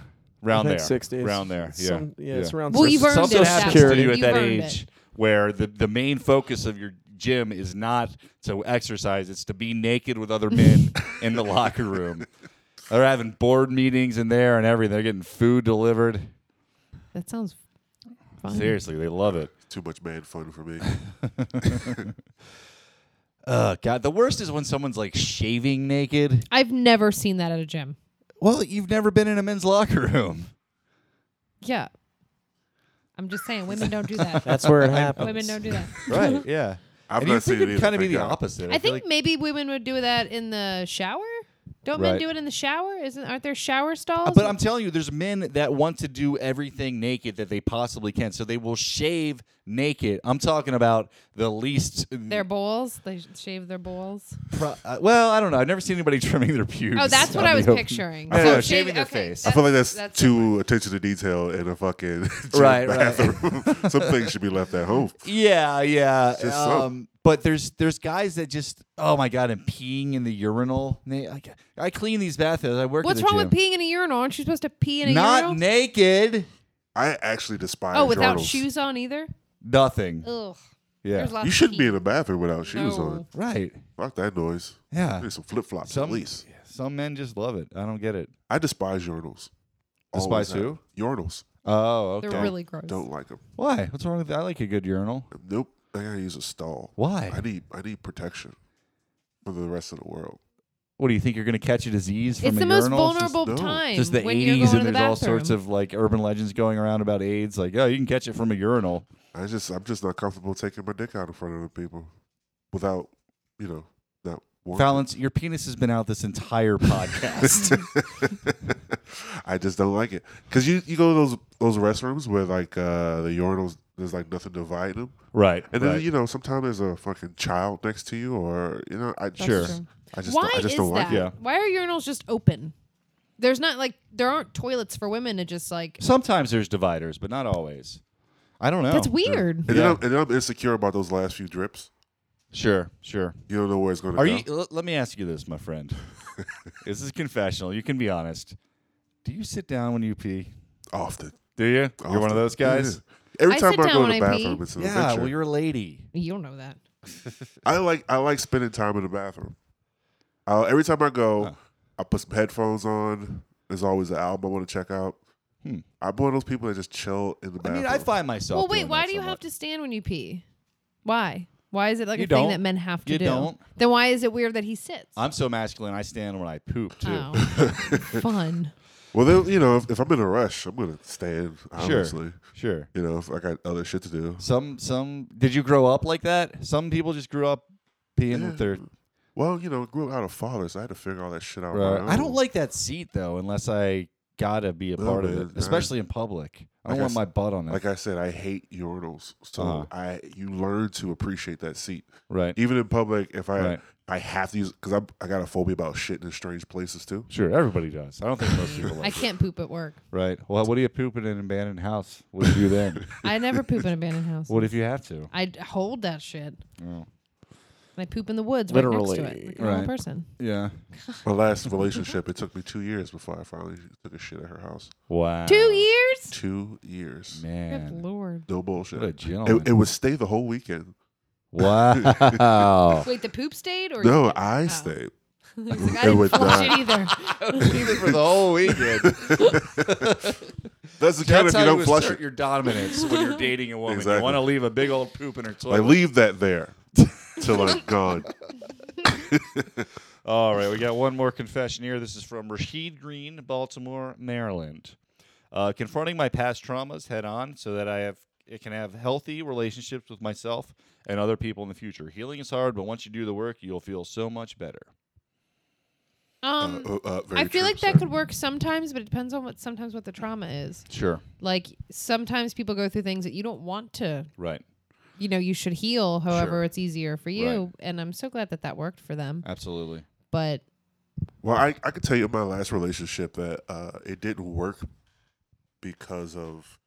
G: round
F: think
G: there,
F: six days.
G: round there. Yeah,
F: Some- yeah, it's around
D: Well,
F: six-
D: you've earned
F: some
D: it
G: something
D: at
F: social
D: that
G: happens
F: security.
G: to you at
D: You've
G: that
D: earned it.
G: age where the, the main focus of your gym is not to exercise it's to be naked with other men in the locker room they're having board meetings in there and everything they're getting food delivered
D: That sounds fun.
G: seriously they love it
E: Too much man fun for me.
G: uh, god the worst is when someone's like shaving naked
D: I've never seen that at a gym.
G: well you've never been in a men's locker room
D: Yeah. I'm just saying, women don't do that.
F: That's where it happens.
D: women don't do that.
G: right yeah
E: I've
G: and
E: not
G: you think
E: seen it
G: it'd
E: either,
G: kind of be
E: thank
G: the
E: God.
G: opposite
D: I
G: feel
D: think maybe women would do that in the shower. Don't
G: Right.
D: men do it in the shower? Isn't aren't there shower stalls?
G: Uh, But I'm telling you, there's men that want to do everything naked that they possibly can. So they will shave naked. I'm talking about the least. uh,
D: their balls. They sh- shave their balls.
G: pro- uh, well, I don't know. I've never seen anybody trimming their pubes.
D: Oh, that's what
G: out
D: I
G: in
D: was
G: the open.
D: picturing.
G: No,
D: So
G: no,
D: shave-
G: shaving their
D: okay,
G: face.
E: I feel like that's,
D: that's
E: too attention to detail in a fucking gym
G: Right, right.
E: bathroom. Some things should be left at home.
G: Yeah, yeah.
E: Just so.
G: um, But there's there's guys that just oh my god, and peeing in the urinal. Na- I, I clean these bathrooms. I work.
D: What's
G: at the
D: wrong with
G: gym.
D: peeing in a urinal? Aren't you supposed to pee in a
G: Not
D: urinal?
G: naked.
E: I actually despise.
D: oh, without
E: urinals.
D: shoes on either.
G: Nothing.
D: Ugh.
G: yeah.
D: There's lots
E: You
D: of
E: shouldn't
D: pee.
E: be in a bathroom without shoes
D: No.
E: on.
G: Right.
E: Fuck that noise.
G: Yeah.
E: Need some flip flops,
G: Some-
E: at least.
G: Some men just love it. I don't get it.
E: I despise urinals. Always
G: Despise
E: have.
G: who?
E: Urinals.
G: Oh, okay.
D: They're really gross.
E: Don't like them.
G: Why? What's wrong with that? I like a good urinal.
E: Nope. I gotta use a stall.
G: Why?
E: I need I need protection for the rest of the world.
G: What do you think you're going to catch a disease from
D: It's
G: a
D: the most
G: urinal?
D: vulnerable
E: no.
D: time.
G: Just, just the
D: when
G: 80s,
D: you're going
G: and
D: to the
G: there's all sorts
D: bathroom.
G: of like urban legends going around about AIDS. Like, oh, you can catch it from a urinal.
E: I just I'm just not comfortable taking my dick out in front of the people without you know not wanting.
G: Fallons, your penis has been out this entire podcast.
E: I just don't like it because you you go to those those restrooms where like uh the urinals there's like nothing dividing them
G: right.
E: and
G: right.
E: then you know sometimes there's a fucking child next to you or you know I just,
G: Sure.
D: true.
E: I just
D: Why
E: I just
D: is that?
E: don't like it.
G: Yeah.
D: Why are urinals just open? There's not like there aren't toilets for women to just like.
G: Sometimes there's dividers, but not always. I don't know.
D: That's weird.
E: And, then
G: Yeah.
E: I'm, and then I'm insecure about those last few drips.
G: Sure, sure.
E: You don't know where it's going to go.
G: Are you? l- let me ask you this, my friend. this is confessional. You can be honest. Do you sit down when you pee?
E: Often.
G: Do you? You're one
E: Often.
G: of those guys.
E: Yeah. Every
D: I
E: time
D: sit
E: I
D: down
E: go
D: when
E: to the
D: I
E: bathroom,
D: pee.
E: it's an
G: Yeah.
E: adventure.
G: Well, you're a lady.
D: You don't know that.
E: I like I like spending time in the bathroom. Uh, every time I go,
G: Huh.
E: I put some headphones on. There's always an album I want to check out.
G: Hmm.
E: I'm one of those people that just chill in the
G: I
E: bathroom.
G: mean, I find myself.
D: well, wait.
G: doing
D: Why
G: that
D: do you
G: somewhat.
D: have to stand when you pee? Why? Why is it like
G: You
D: a thing
G: don't.
D: that men have to
G: You
D: do?
G: don't.
D: Then why is it weird that he sits?
G: I'm so masculine. I stand when I poop too.
D: oh, fun.
E: well, then, you know, if, if I'm in a rush, I'm gonna stand.
G: Sure.
E: Obviously,
G: Sure.
E: you know, if I got other shit to do.
G: Some some. Did you grow up like that? Some people just grew up peeing with their.
E: Mm, Well, you know, grew up out of father, so I had to figure all that shit out. on my
G: Right. uh, I don't
E: own.
G: like that seat though, unless I gotta be a
E: No,
G: part of
E: man,
G: it,
E: I-
G: especially in public. I
E: Like
G: don't
E: I
G: want
E: s-
G: my butt on it.
E: Like I said, I hate urinals. So
G: Uh-huh.
E: I you learn to appreciate that seat,
G: right.
E: even in public. If I
G: Right.
E: I have to use because I I got a phobia about shitting in strange places too.
G: Sure. Everybody does. I don't think most people.
D: I
G: Like
D: can't poop at work.
G: Right. Well, what are you pooping in an abandoned house? What do you do then?
D: I never poop in abandoned house.
G: what if you have to?
D: I d- hold that shit.
G: Oh.
D: I poop in the woods, right next to
G: Literally.
D: it, like a normal
G: Right.
D: person.
G: Yeah.
E: My last relationship, it took me two years before I finally took a shit at her house.
G: Wow.
D: Two years.
E: Two years.
D: Good
G: Oh, Man.
D: lord.
E: No bullshit.
G: What a
E: it,
G: gentleman.
E: it would stay the whole weekend.
G: Wow.
D: Wait, the poop stayed or
E: No,
D: you-
E: I
D: Oh.
E: stayed.
D: He's like, I
E: It
D: didn't
E: would
D: flush it
E: not.
D: either.
G: Even for the whole weekend.
E: That's the kind if
G: That's how
E: you
G: you,
E: don't flush
G: assert
E: it.
G: your dominance when you're dating a woman.
E: Exactly.
G: You want to leave a big old poop in her toilet.
E: Like leave that there till I'm gone.
G: All right, we got one more confession here. This is from Rashid Green, Baltimore, Maryland. Uh, confronting my past traumas head on so that I have it can have healthy relationships with myself and other people in the future. Healing is hard, but once you do the work, you'll feel so much better.
D: Um,
E: Uh, uh, very
D: I feel
E: true,
D: like
E: sir.
D: that could work sometimes, but it depends on what sometimes what the trauma is.
G: Sure.
D: Like sometimes people go through things that you don't want to.
G: Right.
D: You know, you should heal. However,
G: Sure.
D: it's easier for you. And I'm so glad that that worked for them.
G: Absolutely.
D: But
E: Well, I, I could tell you in my last relationship that uh, it didn't work because of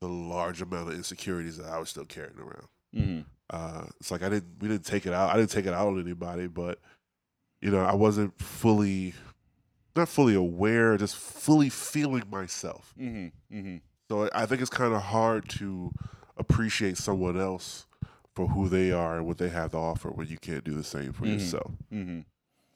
E: the large amount of insecurities that I was still carrying around. Uh, it's like I didn't we didn't take it out. I didn't take it out on anybody, but you know, I wasn't fully not fully aware, just fully feeling myself.
G: Mm-hmm. Mm-hmm.
E: So I I think it's kind of hard to appreciate someone else for who they are and what they have to offer when you can't do the same for
G: Mhm.
E: yourself.
G: Mm-hmm.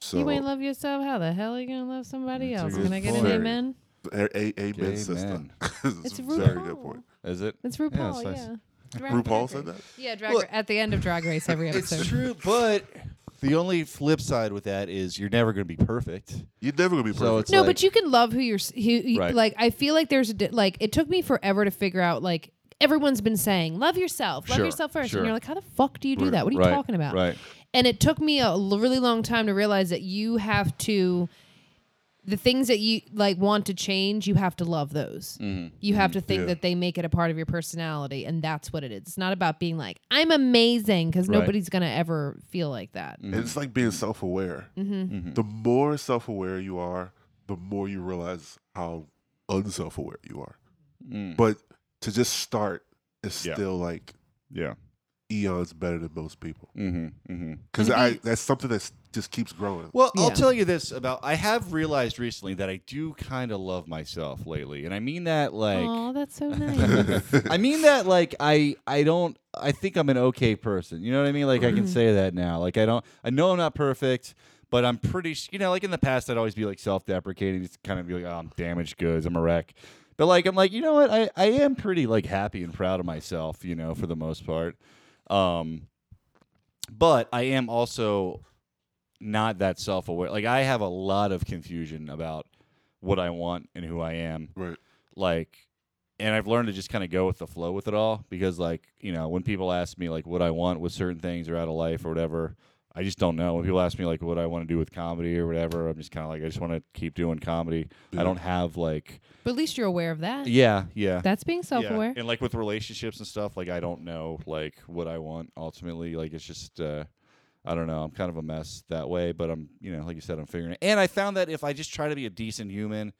E: So
D: you ain't love yourself. How the hell are you gonna love somebody
G: That's a
D: else?
G: good
D: Can I get
G: point.
D: an amen?
E: A- a- amen,
G: Amen.
E: sister.
D: It's
E: it's a very good
D: RuPaul.
E: point.
G: Is it?
D: It's RuPaul.
G: Yeah,
D: Yeah.
G: it's nice.
D: Drag
E: RuPaul
D: Race.
E: said that.
D: Yeah, drag
G: Look-
D: ra- at the end of Drag Race every episode.
G: It's true, but the only flip side with that is you're never going to be perfect.
E: You're never gonna be perfect.
G: So it's
D: No,
G: like-
D: but you can love who you're. s- Who, you,
G: Right.
D: Like I feel like there's a di- like it took me forever to figure out like everyone's been saying love yourself, love
G: Sure,
D: yourself first,
G: sure.
D: and you're like, how the fuck do you do that? What are you
G: Right,
D: talking about?
G: right.
D: And it took me a l- really long time to realize that you have to the things that you like want to change, you have to love those.
G: Mm-hmm.
D: You have to think
E: Yeah.
D: that they make it a part of your personality, and that's what it is. It's not about being like I'm amazing because
G: Right.
D: nobody's gonna ever feel like that.
G: mm-hmm.
E: And it's like being self aware.
D: Mm-hmm.
E: The more self aware you are, the more you realize how unself aware you are.
G: Mm.
E: But to just start is
G: Yeah.
E: still like
G: Yeah.
E: eons better than most people.
G: hmm hmm
E: Because
D: Maybe-
E: I that's something that just keeps growing.
G: Well, I'll
D: Yeah.
G: tell you this about I have realized recently that I do kind of love myself lately, and I mean that like
D: Oh, that's so nice.
G: I mean that like I I don't I think I'm an okay person. You know what I mean? Like I can say that now. Like I don't I know I'm not perfect, but I'm pretty s- you know like in the past I'd always be like self-deprecating, just kind of be like oh, I'm damaged goods, I'm a wreck. But like I'm like, you know what? I I am pretty like happy and proud of myself, you know, for the most part. Um but I am also not that self-aware. Like I have a lot of confusion about what I want and who I am
E: right.
G: like and I've learned to just kind of go with the flow with it all because like, you know, when people ask me like what I want with certain things or out of life or whatever, I just don't know. When people ask me like what I want to do with comedy or whatever, I'm just kind of like I just want to keep doing comedy. I
E: Yeah.
G: don't have like
D: but at least you're aware of that.
G: yeah, yeah.
D: That's being self-aware.
G: And like with relationships and stuff, like I don't know like what I want ultimately. Like it's just uh I don't know. I'm kind of a mess that way, but I'm you know, like you said, I'm figuring it. And I found that if I just try to be a decent human,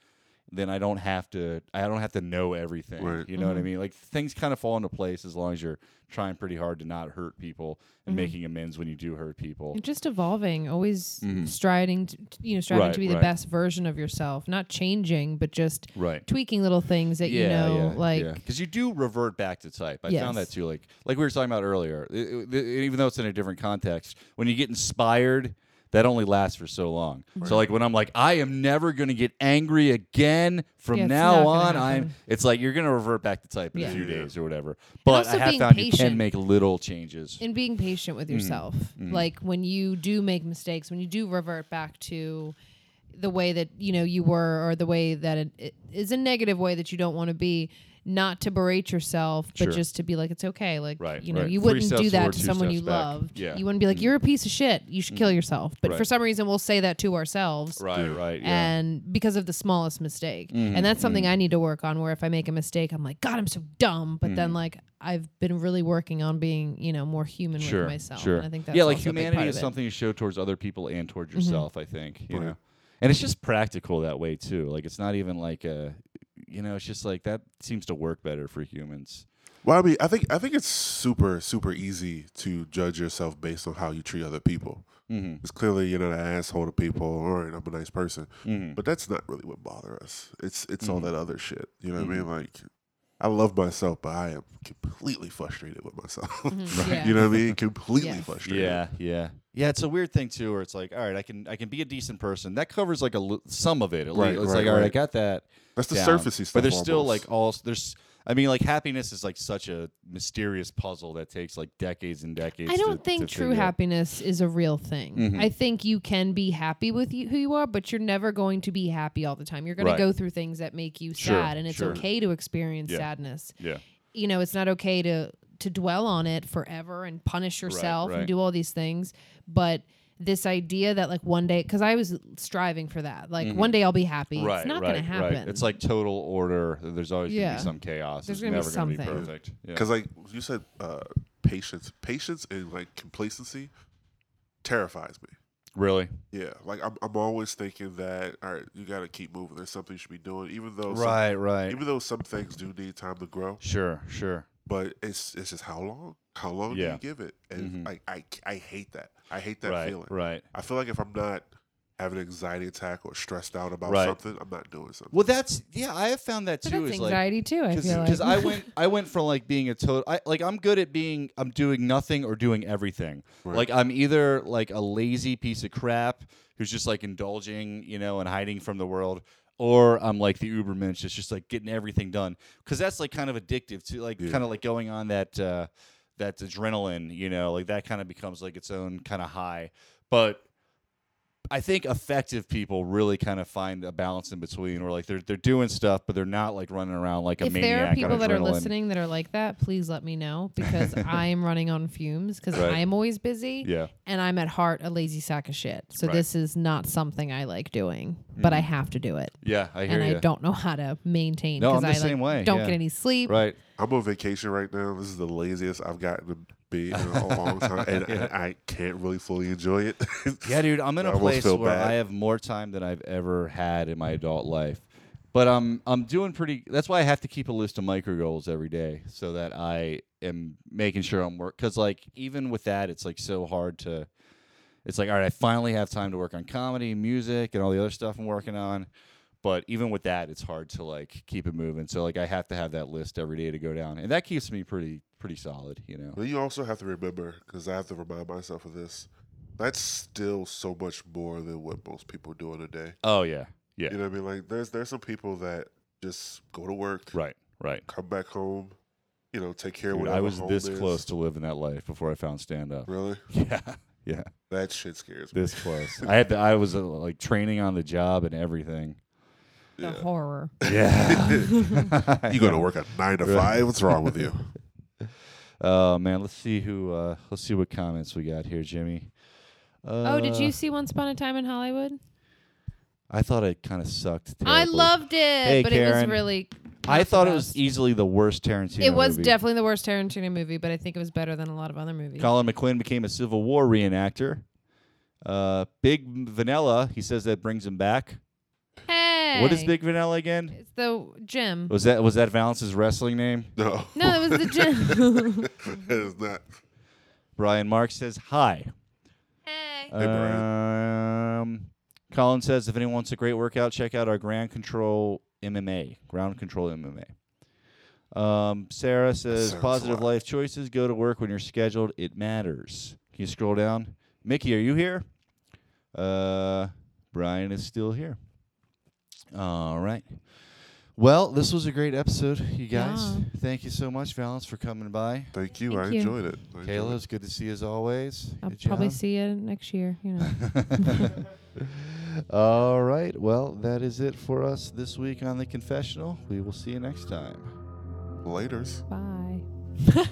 G: then I don't have to I don't have to know everything.
E: Right.
G: You know what I mean? Like things kind of fall into place as long as you're trying pretty hard to not hurt people and making amends when you do hurt people.
D: And just evolving, always striding, to, you know, striving
G: Mm-hmm. Right,
D: to be the
G: right.
D: best version of yourself, not changing, but just
G: Right.
D: tweaking little things that you know, like
G: because you do revert back to type. I found that
D: Yes.
G: too. Like like we were talking about earlier, i- i- i- even though it's in a different context, when you get inspired, that only lasts for so long. So like when I'm like, I am never gonna get angry again from
D: Yeah, it's not
G: now
D: gonna
G: on. I'm.
D: happen.
G: It's like you're gonna revert back to type in a
D: Yeah.
G: few
E: Yeah.
G: days or whatever. But I
D: also
G: have
D: being
G: found you
D: patient.
G: can make little changes.
D: and being patient
G: Mm.
D: with yourself. Like when you do make mistakes, when you do revert back to the way that you know you were, or the way that it, it is a negative way that you don't want to be. Not to berate yourself, but
G: Sure.
D: just to be like it's okay. Like
G: Right,
D: you know,
G: right.
D: you
G: Three
D: wouldn't
G: steps
D: do that
G: forward,
D: to
G: two
D: someone
G: steps
D: you
G: back.
D: loved.
G: Yeah. Mm.
D: You wouldn't be like you're a piece of shit. You should kill yourself. But for
G: Right.
D: some reason, we'll say that to ourselves.
G: Right. Right. Yeah. Mm-hmm.
D: and because of the smallest mistake. And that's something I need to work on where if I make a mistake, I'm like, God, I'm so dumb. But
G: Mm-hmm.
D: then like I've been really working on being, you know, more human
G: sure.
D: with myself.
G: Sure.
D: And I think that's
G: yeah, like
D: also a big
G: humanity
D: part
G: is
D: of it. Mm-hmm.
G: something you show towards other people and towards yourself. I think you
E: Right.
G: know, and it's just practical that way too. Like it's not even like a, you know, it's just like that seems to work better for humans.
E: Well, I mean, I think I think it's super super easy to judge yourself based on how you treat other people.
G: Mm-hmm.
E: It's clearly you're not an asshole to people, or I'm a nice person,
G: Mm-hmm.
E: but that's not really what bothers us. It's it's all
G: Mhm.
E: that other shit. You know
G: Mhm.
E: what I mean? Like, I love myself, but I am completely frustrated with myself.
D: Mhm, Right. yeah.
E: You know what I mean? Completely
D: Yes.
E: frustrated.
G: Yeah, yeah, yeah. It's a weird thing too, where it's like, all right, I can I can be a decent person. That covers like a li- some of it. At
E: Right,
G: least. It's
E: right,
G: like, all right, I
E: right.
G: got that.
E: That's the
G: down.
E: surfacey stuff.
G: But there's still
E: almost.
G: like all there's. I mean, like happiness is like such a mysterious puzzle that takes like decades and decades.
D: I don't
G: to-
D: think
G: to
D: true
G: figure out.
D: happiness is a real thing.
G: Mhm.
D: I think you can be happy with you, who you are, but you're never going to be happy all the time. You're going
G: Right.
D: to go through things that make you
G: Sure,
D: sad, and it's
G: sure.
D: okay to experience
G: Yeah.
D: sadness.
G: Yeah.
D: you know it's not okay to to dwell on it forever and punish yourself
G: right.
D: and do all these things but this idea that like one day because i was striving for that like
G: Mm-hmm.
D: one day i'll be happy it's not gonna happen
G: It's like total order. There's always
D: Yeah.
G: gonna be some chaos.
D: There's
G: it's
D: gonna be
G: never gonna be
D: something.
G: perfect. Yeah.
E: Because like you said, uh, patience, patience, and like complacency terrifies me.
G: Really?
E: Yeah, like I'm, I'm always thinking that all right, you got to keep moving. There's something you should be doing, even though some-
G: right.
E: even though some things do need time to grow.
G: Sure, sure.
E: But it's it's just how long? How long do
G: Yeah. Mm-hmm.
E: you give it? And I, I I hate that. I hate that
G: Right,
E: feeling.
G: right.
E: I feel like if I'm not having an anxiety attack or stressed out about
G: Right.
E: something, I'm not doing something.
G: Well, that's yeah. I have found that
D: But
G: too.
D: that's
G: is like
D: anxiety too i feel like
G: because I went I went from like being a total I, like I'm good at being I'm doing nothing or doing everything.
E: Right.
G: Like I'm either like a lazy piece of crap who's just like indulging, you know, and hiding from the world, or I'm like the Ubermensch that's just like getting everything done because that's like kind of addictive to like
E: Yeah.
G: kind of like going on that uh, that adrenaline, you know, like that kind of becomes like its own kind of high, but. I think effective people really kind of find a balance in between, where like they're they're doing stuff, but they're not like running around like a
D: if
G: maniac.
D: there are people
G: on
D: that are
G: adrenaline.
D: listening that are like that, please let me know because I am running on fumes because
G: Right.
D: I am always busy
G: yeah,
D: and I'm at heart a lazy sack of shit. So
G: Right.
D: this is not something I like doing, but I have to do it.
G: yeah, I hear
D: and
G: you.
D: I don't know how to maintain
G: No, I'm
D: because
G: the
D: I
G: same
D: like,
G: way,
D: don't
G: yeah.
D: get any sleep.
G: Right.
E: I'm on vacation right now. This is the laziest I've gotten to be in a long time, and, and I can't really fully enjoy it.
G: Yeah, dude, I'm in
E: I
G: a
E: almost
G: place
E: feel
G: where
E: bad.
G: I have more time than I've ever had in my adult life. But I'm I'm doing pretty. That's why I have to keep a list of micro goals every day, so that I am making sure I'm work. Because like even with that, it's like so hard to. It's like all right, I finally have time to work on comedy, music, and all the other stuff I'm working on. But even with that, it's hard to like keep it moving. So like I have to have that list every day to go down, and that keeps me pretty pretty solid. You know.
E: But you also have to remember, because I have to remind myself of this. That's still so much more than what most people do in a day.
G: Oh yeah, yeah.
E: You know what I mean? Like there's there's some people that just go to work,
G: Right, right.
E: come back home, you know, take care of
G: Dude,
E: whatever
G: I was
E: home
G: this
E: is.
G: close to living that life before I found stand up.
E: Really?
G: Yeah, yeah,
E: That shit scares me.
G: this close. I had to, I was uh, like training on the job and everything.
D: The horror.
G: Yeah.
E: You go to work at nine to five. What's wrong with you?
G: Oh man, let's see who uh let's see what comments we got here, Jimmy. Uh,
D: oh, did you see Once Upon a Time in Hollywood?
G: I thought it kind of sucked.
D: I
G: terribly.
D: loved it,
G: Hey,
D: but it was
G: Karen.
D: really.
G: I
D: not
G: thought
D: the
G: it was
D: best.
G: easily the worst Tarantino.
D: It was
G: movie.
D: definitely the worst Tarantino movie, but I think it was better than a lot of other movies.
G: Colin McQuinn became a Civil War reenactor. Uh, Big Vanilla, he says that brings him back.
D: Hey,
G: What is Big Vanilla again?
D: It's the gym.
G: Was that was that Valance's wrestling name?
E: No,
D: No, it was the gym.
E: it's not.
G: Brian Mark says hi.
D: hey,
G: Um, Colin says if anyone wants a great workout, check out our Ground Control MMA. Ground Control MMA. Um, Sarah says
E: sounds
G: positive
E: wild.
G: life choices. Go to work when you're scheduled. It matters. Can you scroll down? Mickey, are you here? Uh, Brian is still here. All right. Well, this was a great episode, you guys.
D: Yeah.
G: Thank you so much, Valence, for coming by.
E: Thank you.
D: Thank
E: I
D: you.
E: enjoyed it. I enjoyed
G: Kayla,
E: it.
G: it's good to see you as always.
D: I'll
G: Good
D: probably
G: job.
D: see you next year. You know.
G: All right. Well, that is it for us this week on The Confessional. We will see you next time.
E: Laters.
D: Bye.